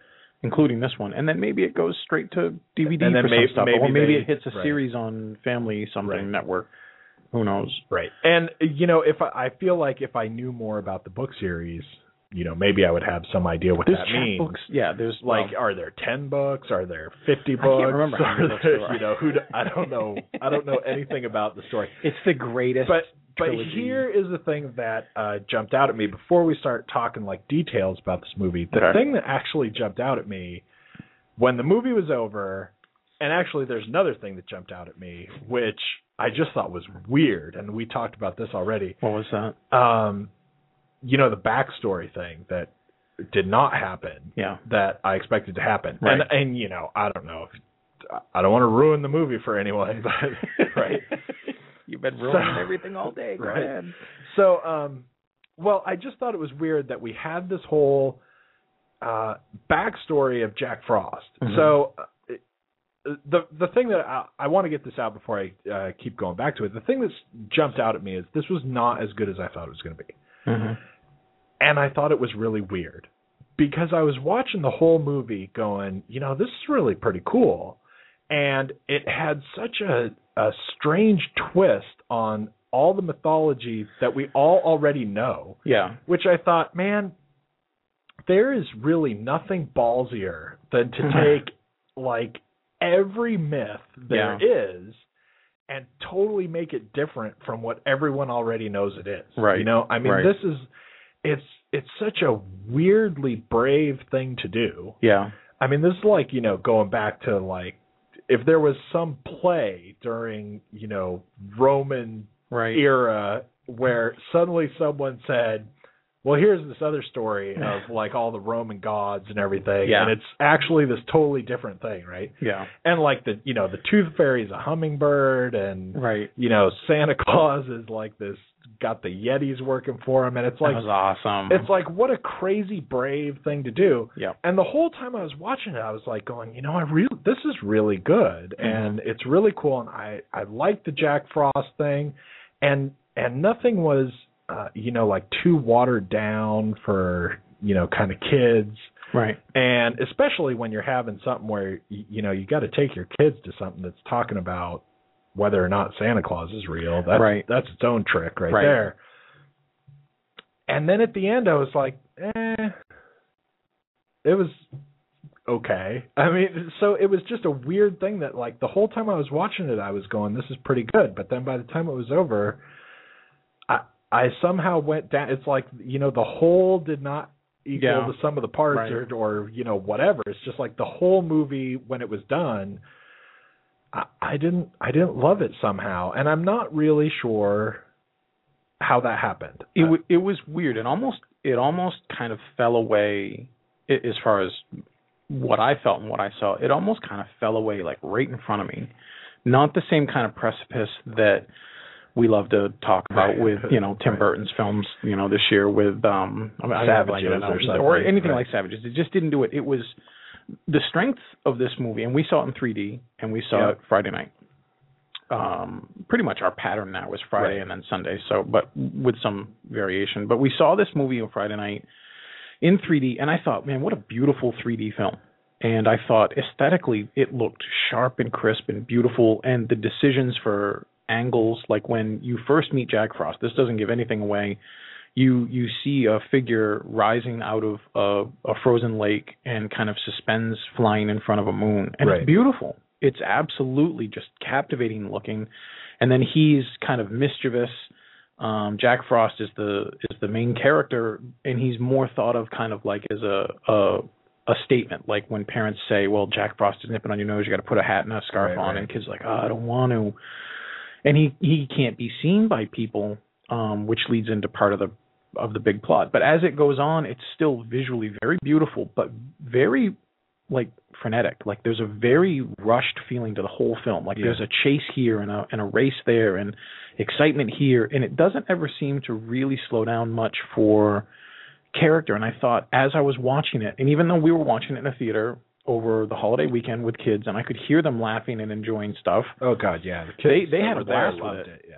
including this one, and then maybe it goes straight to DVD And then for may- some stuff, maybe or maybe they- it hits a right. series on Family something Right. network. Who knows? Right. And you know, if I, I feel like if I knew more about the book series, you know, maybe I would have some idea what There's that means. chapbooks. Yeah, there's Like, well, are there ten books? Are there fifty books? can't remember how many Are books there- there are. you know, who? Do, I don't know. I don't know anything about the story. it's the greatest. But but trilogy. here is the thing that uh, jumped out at me before we start talking like details about this movie. The Okay. thing that actually jumped out at me when the movie was over, and actually there's another thing that jumped out at me, which I just thought was weird, and we talked about this already. what was that? Um, you know the backstory thing that did not happen Yeah, that I expected to happen, Right. and and you know I don't know. if I don't want to ruin the movie for anyone, but right. You've been ruining everything all day. Go ahead. So, um, well, I just thought it was weird that we had this whole uh, backstory of Jack Frost. Mhm. So, uh, it- the the thing that I, I want to get this out before I uh, keep going back to it, the thing that's jumped out at me is this was not as good as I thought it was going to be, Mm-hmm. and I thought it was really weird because I was watching the whole movie, going, you know, this is really pretty cool, and it had such a a strange twist on all the mythology that we all already know Yeah, which I thought, man, there is really nothing ballsier than Mm-hmm. to take like every myth there is and totally make it different from what everyone already knows it is. Right. You know, I mean, Right. this is it's it's such a weirdly brave thing to do. yeah, I mean, this is like you know going back to like if there was some play during you know Roman right. era where suddenly someone said, "Well, here's this other story of like all the Roman gods and everything," Yeah. and it's actually this totally different thing, right? Yeah, And like the you know the tooth fairy is a hummingbird, and right. you know Santa Claus is like this got the Yetis working for him, and it's like that was awesome. it's like what a crazy brave thing to do. Mm-hmm. yeah, And the whole time I was watching it, I was like going, you know, I really this is really good and it's really cool and I I like the Jack Frost thing and and nothing was uh, you know like too watered down for you know kind of kids right. and especially when you're having something where y- you know you got to take your kids to something that's talking about whether or not Santa Claus is real. That's Right. that's its own trick right, Right. there. And then at the end, I was like, eh, it was okay. I mean, so it was just a weird thing that like the whole time I was watching it, I was going, this is pretty good. But then by the time it was over, I I somehow went down. It's like you know the whole did not equal Yeah. the sum of the parts Right. or or you know whatever. It's just like the whole movie when it was done. I, I didn't I didn't love it somehow, and I'm not really sure how that happened. Uh, It w- it was weird. It almost it almost kind of fell away i- as far as what I felt and what I saw. It almost kind of fell away like right in front of me. Not the same kind of precipice that we love to talk about Right. with you know Tim Right. Burton's films. You know this year with um I mean, I have like, Savages I don't or know, something. or anything Right. like Savages. It just didn't do it. It was the strength of this movie, and we saw it in 3D, and we saw Yeah. it Friday night. Um, pretty much our pattern now is Friday Right. and then Sunday, so but with some variation. But we saw this movie on Friday night in 3D, and I thought, man, what a beautiful 3D film. And I thought aesthetically, it looked sharp and crisp and beautiful, and the decisions for angles, like when you first meet Jack Frost, this doesn't give anything away you you see a figure rising out of a, a frozen lake and kind of suspends flying in front of a moon and Right. it's beautiful it's absolutely just captivating looking and then he's kind of mischievous um jack frost is the is the main character and he's more thought of kind of like as a a a statement like when parents say well jack frost is nipping on your nose you got to put a hat and a scarf Right, on right. and kids are like oh, i don't want to and he he can't be seen by people um which leads into part of the of the big plot. But as it goes on, it's still visually very beautiful, but very like frenetic. Like there's a very rushed feeling to the whole film. Like Yeah. there's a chase here and a and a race there and excitement here, and it doesn't ever seem to really slow down much for character. And I thought as I was watching it, and even though we were watching it in a theater over the holiday weekend with kids, and I could hear them laughing and enjoying stuff. Oh God, yeah. The kids They- they that had a were there blast with loved it. Yeah.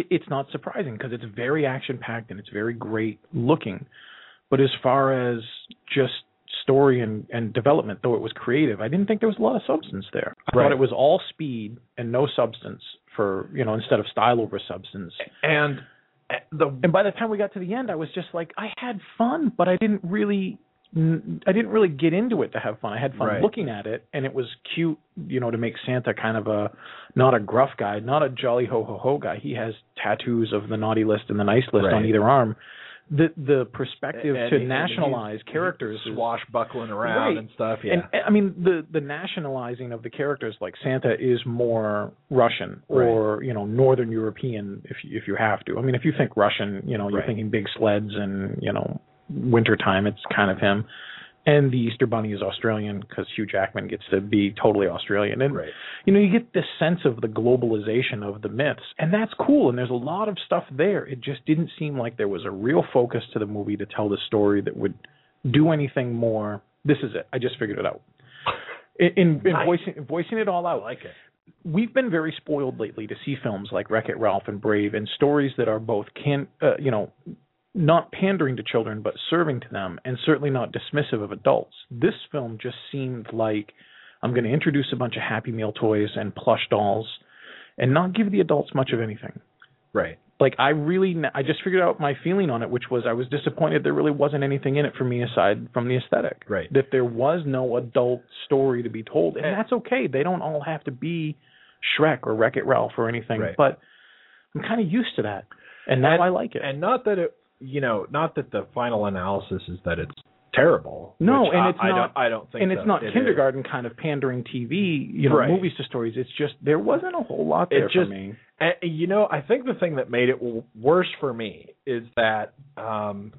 it, it's not surprising because it's very action packed and it's very great looking. But as far as just story and, and development, though it was creative, I didn't think there was a lot of substance there. I Right. thought it was all speed and no substance for you know instead of style over substance. And uh, the And by the time we got to the end, I was just like, I had fun, but I didn't really. I didn't really get into it to have fun. I had fun Right. looking at it, and it was cute, you know, to make Santa kind of a not a gruff guy, not a jolly ho ho ho guy. He has tattoos of the naughty list and the nice list Right. on either arm. The the perspective and- to and nationalize he's- characters is- swashbuckling around Right. and stuff. Yeah. and I mean the the nationalizing of the characters like Santa is more Russian or you know Northern European if you, if you have to. I mean if you think Russian, you know you're Right. thinking big sleds and you know wintertime it's kind of him. And the Easter Bunny is Australian because Hugh Jackman gets to be totally Australian. And Right. you know you get this sense of the globalization of the myths, and that's cool. And there's a lot of stuff there. It just didn't seem like there was a real focus to the movie to tell the story that would do anything more. This is it. I just figured it out. In, in, in Nice. voicing voicing it all out, I like it. we've been very spoiled lately to see films like Wreck It Ralph and Brave and stories that are both can uh, you know not pandering to children but serving to them and certainly not dismissive of adults. This film just seemed like I'm going to introduce a bunch of Happy Meal toys and plush dolls and not give the adults much of anything Right. like I really I just figured out my feeling on it, which was I was disappointed there really wasn't anything in it for me aside from the aesthetic. Right. That there was no adult story to be told, and And- that's okay. They don't all have to be Shrek or Wreck It Ralph or anything. Right. But I'm kind of used to that, and now I like it. And not that it, you know, not that the final analysis is that it's terrible. No, which and I, it's I not- don't, I don't think, and it's that not it is. kindergarten kind of pandering TV, you know, Right. movies to stories. It's just there wasn't a whole lot It there just- for me. And, you know, I think the thing that made it w- worse for me is that um,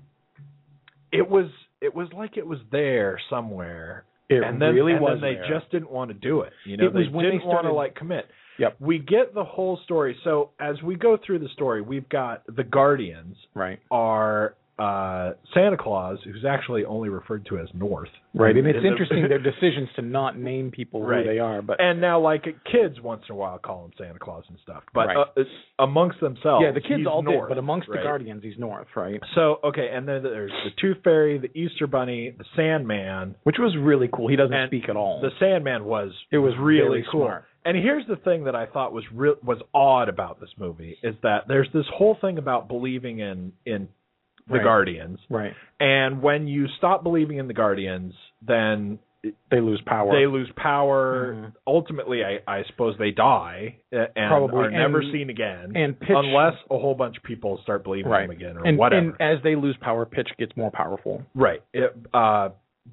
it was it was like it was there somewhere, It and then really and was. Then they there. just didn't want to do it. You know, It was they when they didn't want to started- like commit. Yep. We get the whole story. So as we go through the story, we've got the Guardians right, are uh, Santa Claus, who's actually only referred to as North. right, and it's In the- interesting their decisions to not name people Right. who they are, but and now like kids once in a while call him Santa Claus and stuff, but Right. uh, it's amongst themselves, yeah, the kids Oh, he's all North, did, but amongst right? the Guardians, he's North, right? So okay, and then there's the Tooth Fairy, the Easter Bunny, the Sandman. Which was really cool. He doesn't And speak at all. The Sandman was it was really very cool. smart. And here's the thing that I thought was real was odd about this movie is that there's this whole thing about believing in in the Right. Guardians, Right. and when you stop believing in the Guardians, then They lose power. they lose power. Mhm. Ultimately, I, I suppose they die uh, and Probably. are never And- seen again, and pitch unless a whole bunch of people start believing Right. them again or and, whatever. and as they lose power, Pitch gets more powerful. right? It, uh,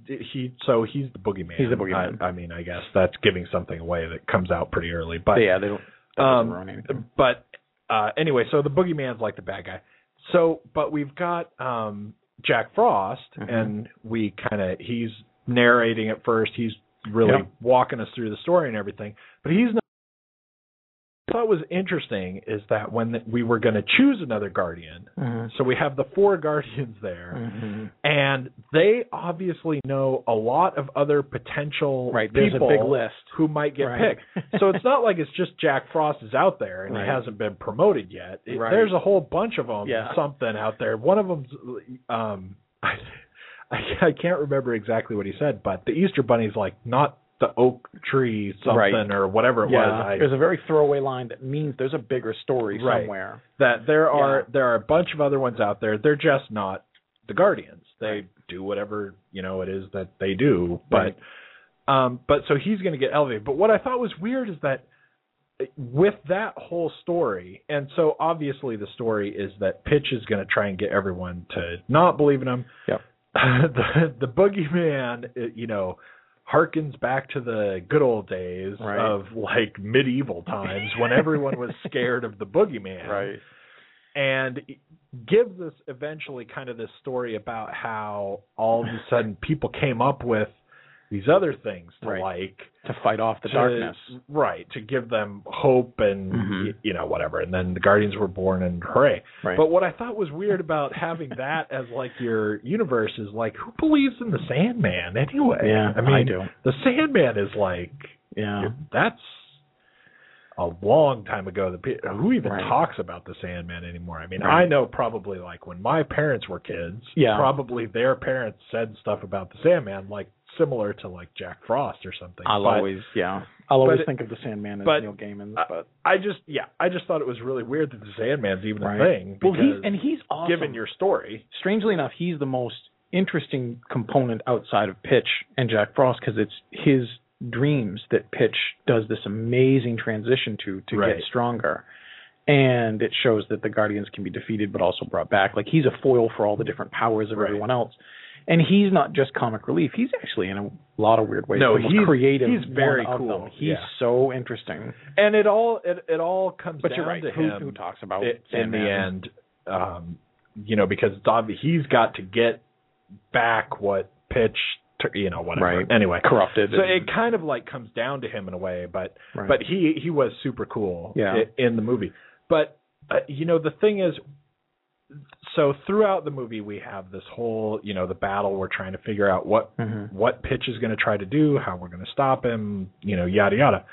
he so he's the boogeyman. He's the boogeyman. I, I mean, I guess that's giving something away that comes out pretty early, but yeah, they don't. That um, doesn't ruin anything. but uh, anyway, so the boogeyman's like the bad guy. So, but we've got um, Jack Frost, Mhm. and we kind of he's narrating at first. He's really Yeah. walking us through the story and everything, but he's not. What I thought was interesting is that when th- we were going to choose another guardian, Mhm. so we have the four guardians there, Mhm. Mm-hmm. and they obviously know a lot of other potential Right. There's people a big list. who might get Right. picked. So it's not like it's just Jack Frost is out there and Right. he hasn't been promoted yet. It- Right. There's a whole bunch of them, Yeah. something out there. One of them's, um, I, I can't remember exactly what he said, but the Easter Bunny's like not the oak tree something Right. or whatever it was. I, there's a very throwaway line that means there's a bigger story Right. somewhere. that there are Yeah. there are a bunch of other ones out there. They're just not the Guardians. They Right. do whatever you know it is that they do, but Right. um, but so he's going to get elevated. But what I thought was weird is that with that whole story, and so obviously the story is that Pitch is going to try and get everyone to not believe in him. Yep. the the boogeyman, uh, you know, harkens back to the good old days Right. of like medieval times when everyone was scared of the boogeyman. And gives us eventually kind of this story about how all of a sudden people came up with these other things to Right. like to fight off the darkness. to- right to give them hope and Mhm. y- you know whatever and then the guardians were born and hooray Right. but what i thought was weird about having that as like your universe is like who believes in the sandman anyway yeah, i mean do. the sandman is like Yeah, that's a long time ago. The pe- who even Right. talks about the Sandman anymore? I mean, Right. I know probably like when my parents were kids, Yeah. probably their parents said stuff about the Sandman, like similar to like Jack Frost or something. I'll But always yeah, I'll always but- think of the Sandman as but- Neil Gaiman's. uh, But I just yeah, I just thought it was really weird that the Sandman's even Right. a thing. well, Because he's and he's awesome. given your story, strangely enough, he's the most interesting component outside of Pitch and Jack Frost because it's his dreams that Pitch does this amazing transition to to Right. get stronger. And it shows that the Guardians can be defeated but also brought back. Like he's a foil for all the different powers of Right. everyone else. And he's not just comic relief. He's actually in a lot of weird ways. No, the most he's- creative. he's one very of cool, them. He's yeah. so interesting. and it all it it all comes But down you're right. to Who, him who talks about it- in Sandman? the end, um, you know, because it's obvious he's got to get back what pitch, to, you know, whatever. Right. Anyway, corrupted? so and- it kind of like comes down to him in a way, but right. but he he was super cool Yeah. i- in the movie. But uh, you know, the thing is. So throughout the movie, we have this whole, you know, the battle. We're trying to figure out what Mhm. what pitch is going to try to do, how we're going to stop him, you know, yada yada.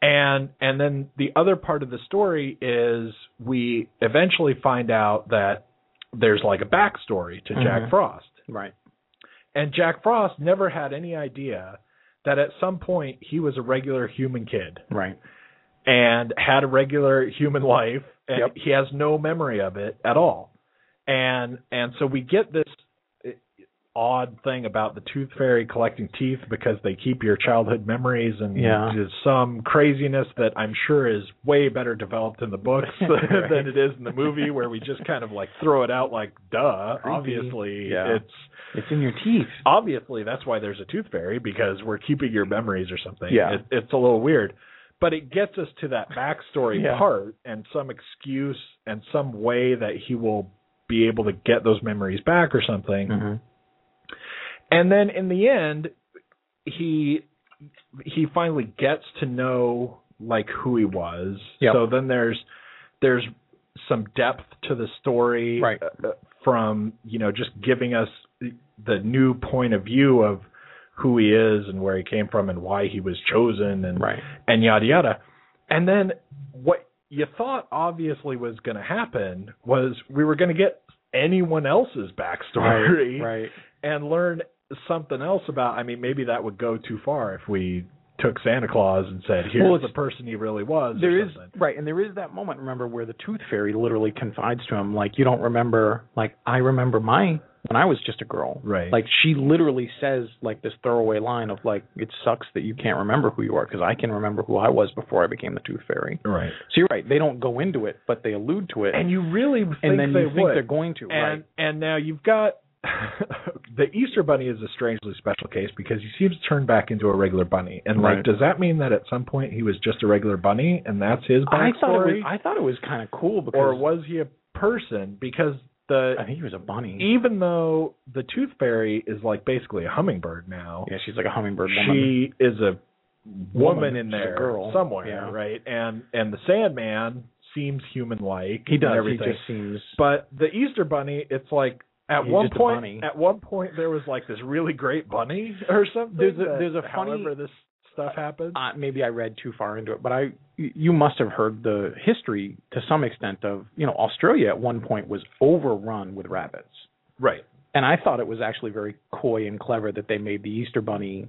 And and then the other part of the story is we eventually find out that there's like a backstory to Mhm. Jack Frost. right. And Jack Frost never had any idea that at some point he was a regular human kid Right. and had a regular human life and Yep. he has no memory of it at all and and so we get this eh, odd thing about the tooth fairy collecting teeth because they keep your childhood memories and Yeah. there's some craziness that i'm sure is way better developed in the books Right. than it is in the movie where we just kind of like throw it out like duh Creepy. obviously Yeah. it's It's in your teeth. obviously that's why there's a tooth fairy because we're keeping your memories or something. Yeah. It, it's a little weird. But it gets us to that backstory Yeah. part and some excuse and some way that he will be able to get those memories back or something. And then in the end, he he finally gets to know like who he was. Yep. So then there's there's some depth to the story Right. uh, from you know just giving us the new point of view of who he is and where he came from and why he was chosen and Right. and yada yada. And then what you thought obviously was going to happen was we were going to get anyone else's backstory Right. and learn something else about I mean maybe that would go too far if we took Santa Claus and said here's Well, the it's- person he really was or There is something. right, and there is that moment. Remember where the tooth fairy literally confides to him, like you don't remember. Like I remember my when I was just a girl. right Like she literally says like this throwaway line of like it sucks that you can't remember who you are because I can remember who I was before I became the tooth fairy. right So you're right. They don't go into it, but they allude to it, and you really think and then they you think would they're going to. and and now you've got the Easter Bunny is a strangely special case because he seems to turn back into a regular bunny and like Right. does that mean that at some point he was just a regular bunny and that's his right. I thought it backstory was. I thought it was kind of cool because or was he a person because the I think he was a bunny. even though the Tooth Fairy is like basically a hummingbird now Yeah, she's like a hummingbird woman. she is a woman, Woman. in She's a there girl. somewhere, Yeah. right? And and the Sandman seems human like. He does. He everything. just seems. but the Easter Bunny, it's like at He's one just a point, bunny. at one point there was like this really great bunny or something. There's a- that there's a funny- however this stuff happens. uh, maybe I read too far into it, but I you must have heard the history to some extent of you know Australia at one point was overrun with rabbits, right. and I thought it was actually very coy and clever that they made the Easter Bunny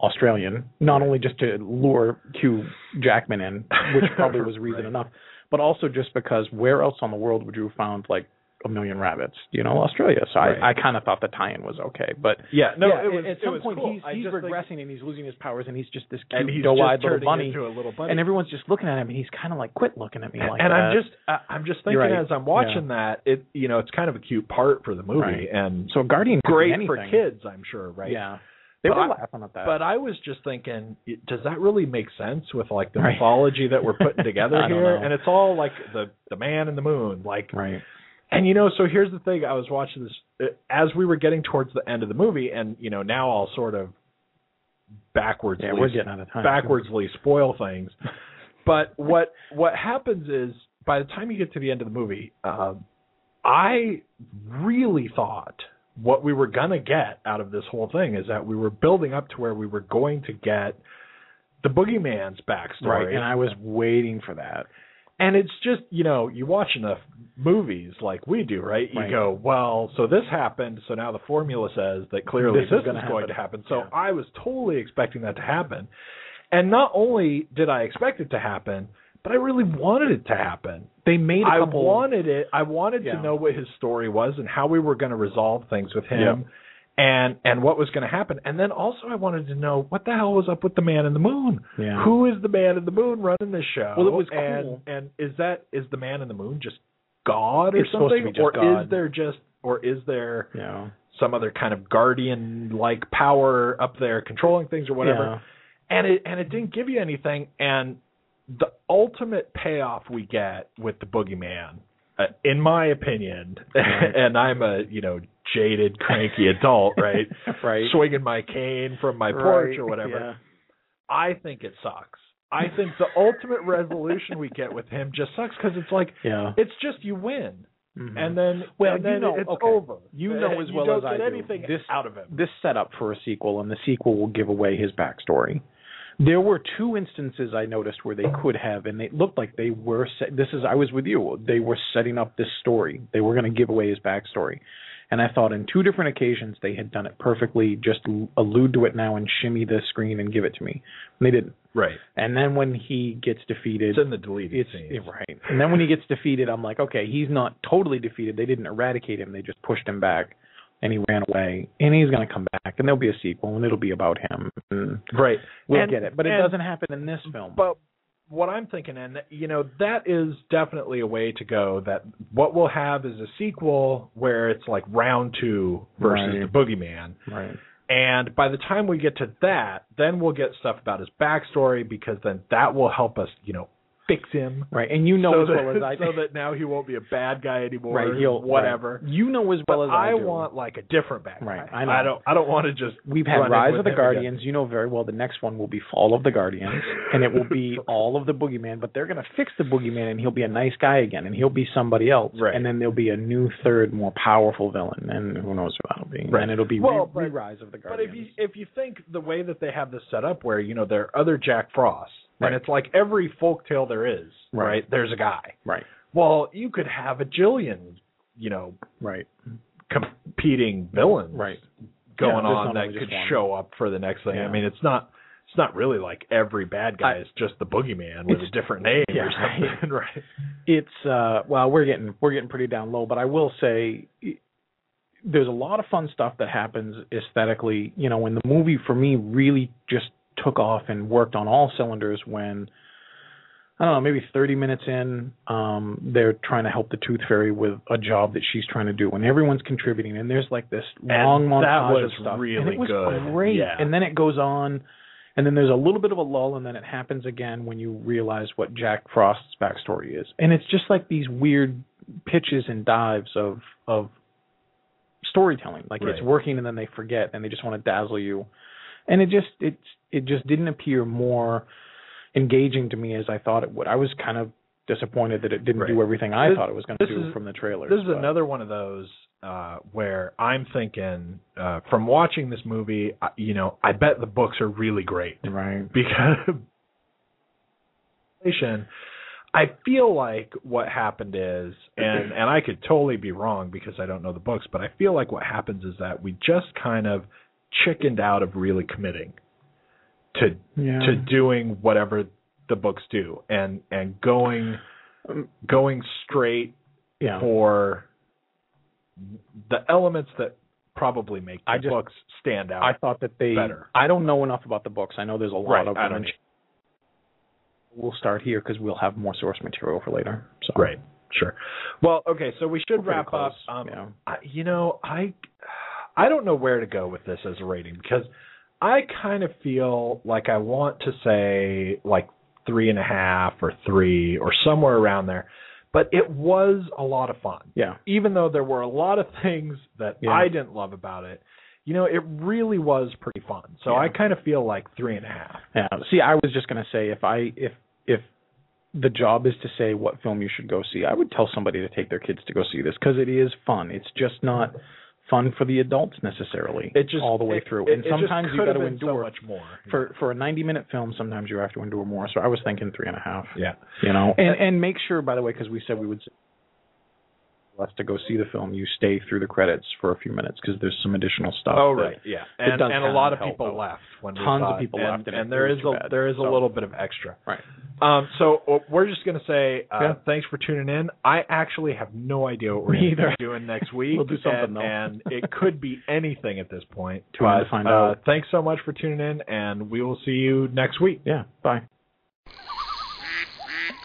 Australian, not only just to lure Hugh Jackman in, which probably was reason Right. enough, but also just because where else on the world would you have found like a million rabbits? You know, Australia. So Right. I, I kind of thought the tie-in was okay, but Yeah. No. yeah, it was, at it some was point cool. he's, I he's just think- regressing and he's losing his powers and he's just this and he's cute doe-eyed just little turning bunny into a little bunny. and everyone's just looking at him and he's kind of like quit looking at me like and that. I'm just I- I'm just thinking You're right. as I'm watching that it you know it's kind of a cute part for the movie Right. and so guardian could be great anything. for kids I'm sure right yeah they But were I- laughing at that But I was just thinking, it- does that really make sense with like the Right. mythology that we're putting together I don't here? know. And it's all like the the man and the moon, like right And you know, so here's the thing. I was watching this uh, as we were getting towards the end of the movie, and you know, now I'll sort of backwards Yeah, we're getting out of time. backwardsly spoil things. But what what happens is by the time you get to the end of the movie, um, I really thought what we were gonna get out of this whole thing is that we were building up to where we were going to get the boogeyman's backstory, Right, and I was waiting for that. and it's just you know you watch enough movies like we do, right? You Right. go, well, so this happened, so now the formula says that clearly This this, is is gonna going to happen. happen. So Yeah. I was totally expecting that to happen, and not only did I expect it to happen, but I really wanted it to happen. They made I a couple. wanted it. I wanted Yeah. to know what his story was and how we were going to resolve things with him, and and what was going to happen. And then also I wanted to know what the hell was up with the man in the moon. Yeah. Who is the man in the moon running this show? Well, it was and, cool. And is that is the man in the moon just God or It's supposed to something, be just or God. is there just or is there yeah. some other kind of guardian like power up there controlling things or whatever? Yeah. and it and it didn't give you anything and the ultimate payoff we get with the boogeyman uh, in my opinion Right. and i'm a you know jaded cranky adult right right. swinging my cane from my Right, porch or whatever yeah. i think it sucks i think the ultimate resolution we get with him just sucks because it's like Yeah. it's just you win Mhm. and then Well, and you then know- it's okay. over Uh, You know as well you don't as I get do, anything this- out of him this set up for a sequel, and the sequel will give away his backstory. There were two instances I noticed where they could have, and they looked like they were. Set, this is I was with you. They were setting up this story. They were going to give away his backstory, and I thought in two different occasions they had done it perfectly. Just l- allude to it now and shimmy the screen and give it to me. And they didn't. right And then when he gets defeated, it's in the deleted it's scenes. it- right. And then when he gets defeated, I'm like, okay, he's not totally defeated. They didn't eradicate him. They just pushed him back, and he ran away. And he's gonna come back, and there'll be a sequel, and it'll be about him. And right we'll And- get it, but it and- doesn't happen in this film. But what I'm thinking, and you know, that is definitely a way to go. That what we'll have is a sequel where it's like round two versus Right. the Boogeyman, right. and by the time we get to that, then we'll get stuff about his backstory because then that will help us, you know, fix him. Right. And you know so as well that, as I so that now he won't be a bad guy anymore. right. He'll whatever. right. You know as But well as I, I, do. want like a different bad guy. Right, I know. don't. I don't want to just. We've had run in Rise with of the him again. Guardians. You know very well the next one will be Fall of the Guardians, and it will be all of the Boogeyman. But they're going to fix the Boogeyman, and he'll be a nice guy again, and he'll be somebody else. Right. And then there'll be a new, third, more powerful villain, and who knows who that'll be. Right. And it'll be Well, re- but- Rise of the But Guardians. if you if you think the way that they have this set up, where you know there are other Jack Frosts, Right. and it's like every folk tale there is, Right. right. There's a guy. right, Well, you could have a jillion, you know, right, competing villains right. going Yeah, there's on not that only just could one. show up for the next thing. Yeah. I mean, it's not it's not really like every bad guy I- is just the boogeyman with It's- a different name yeah, or something, right? It's uh, well, we're getting we're getting pretty down low, but I will say. i- There's a lot of fun stuff that happens aesthetically, you know, when the movie for me really just took off and worked on all cylinders when I don't know, maybe 30 minutes in, um, they're trying to help the Tooth Fairy with a job that she's trying to do, and everyone's contributing, and there's like this long that montage was of stuff, and really it was good. great. Yeah. And then it goes on, and then there's a little bit of a lull, and then it happens again when you realize what Jack Frost's backstory is, and it's just like these weird pitches and dives of of storytelling. Like it's Right. working, and then they forget, and they just want to dazzle you, and it just it's it just didn't appear more engaging to me as I thought it would. I was kind of disappointed that it didn't do Right. everything I This- thought it was going to this do is- from the trailers. This is but- another one of those uh, where I'm thinking uh, from watching this movie, I- you know, I bet the books are really great. right. because I feel like what happened is and and I could totally be wrong because I don't know the books, but I feel like what happens is that we just kind of chickened out of really committing to Yeah. to doing whatever the books do and and going going straight Um, yeah. for the elements that probably make the I just- books stand out. I thought that they. Better. I don't know enough about the books. I know there's a lot Right, of I them. don't either. We'll start here because we'll have more source material for later. So Right. Sure. Well, okay, so we should Pretty wrap close, up. Um, yeah. I, you know, I I don't know where to go with this as a rating because I kind of feel like I want to say like three and a half or three or somewhere around there, But it was a lot of fun. Yeah. Even though there were a lot of things that Yeah. I didn't love about it, you know, it really was pretty fun. So Yeah. I kind of feel like three and a half. Yeah. See, I was just gonna say if I if if the job is to say what film you should go see, I would tell somebody to take their kids to go see this because it is fun. It's just not fun for the adults necessarily. It just all the way it- through, it- and it just sometimes you could have got to been so endure much more. for for a ninety minute film. Sometimes you have to endure more. So I was thinking three and a half. yeah. You know, and and make sure by the way because we said we would. Us to go see the film, you stay through the credits for a few minutes because there's some additional stuff. Oh that- right, yeah, it and does and a kinda lot of help people out. left when we Tons saw of it, people and, left, and it and there was is a bad, there is a so. little bit of extra. Right. Um, so uh, we're just gonna say uh, Yeah. thanks for tuning in. I actually have no idea what we're Me gonna be either. doing next week. We'll do and, something, though. and it could be anything at this point. Tune in to But, find uh, out. Thanks so much for tuning in, and we will see you next week. Yeah. Bye.